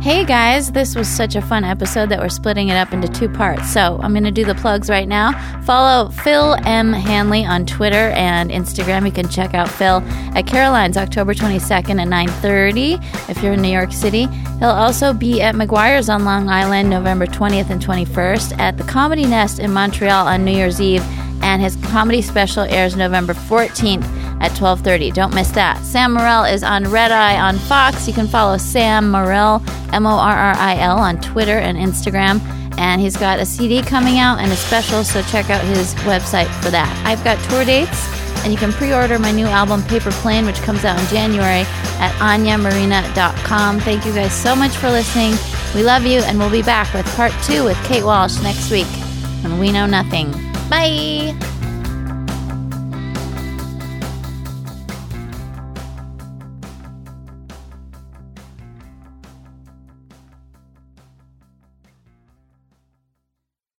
Speaker 2: Hey guys, this was such a fun episode that we're splitting it up into two parts. So I'm going to do the plugs right now. Follow Phil M. Hanley on Twitter and Instagram. You can check out Phil at Caroline's October 22nd at 9:30 if you're in New York City. He'll also be at McGuire's on Long Island November 20th and 21st at the Comedy Nest in Montreal on New Year's Eve, and his comedy special airs November 14th at 12:30. Don't miss that. Sam Morrell is on Red Eye on Fox. You can follow Sam Morrell, M O R R I L on Twitter and Instagram. And he's got a CD coming out and a special, so check out his website for that. I've got tour dates, and you can pre-order my new album Paper Plane, which comes out in January at anyamarina.com. Thank you guys so much for listening. We love you, and we'll be back with part two with Kate Walsh next week on We Know Nothing. Bye.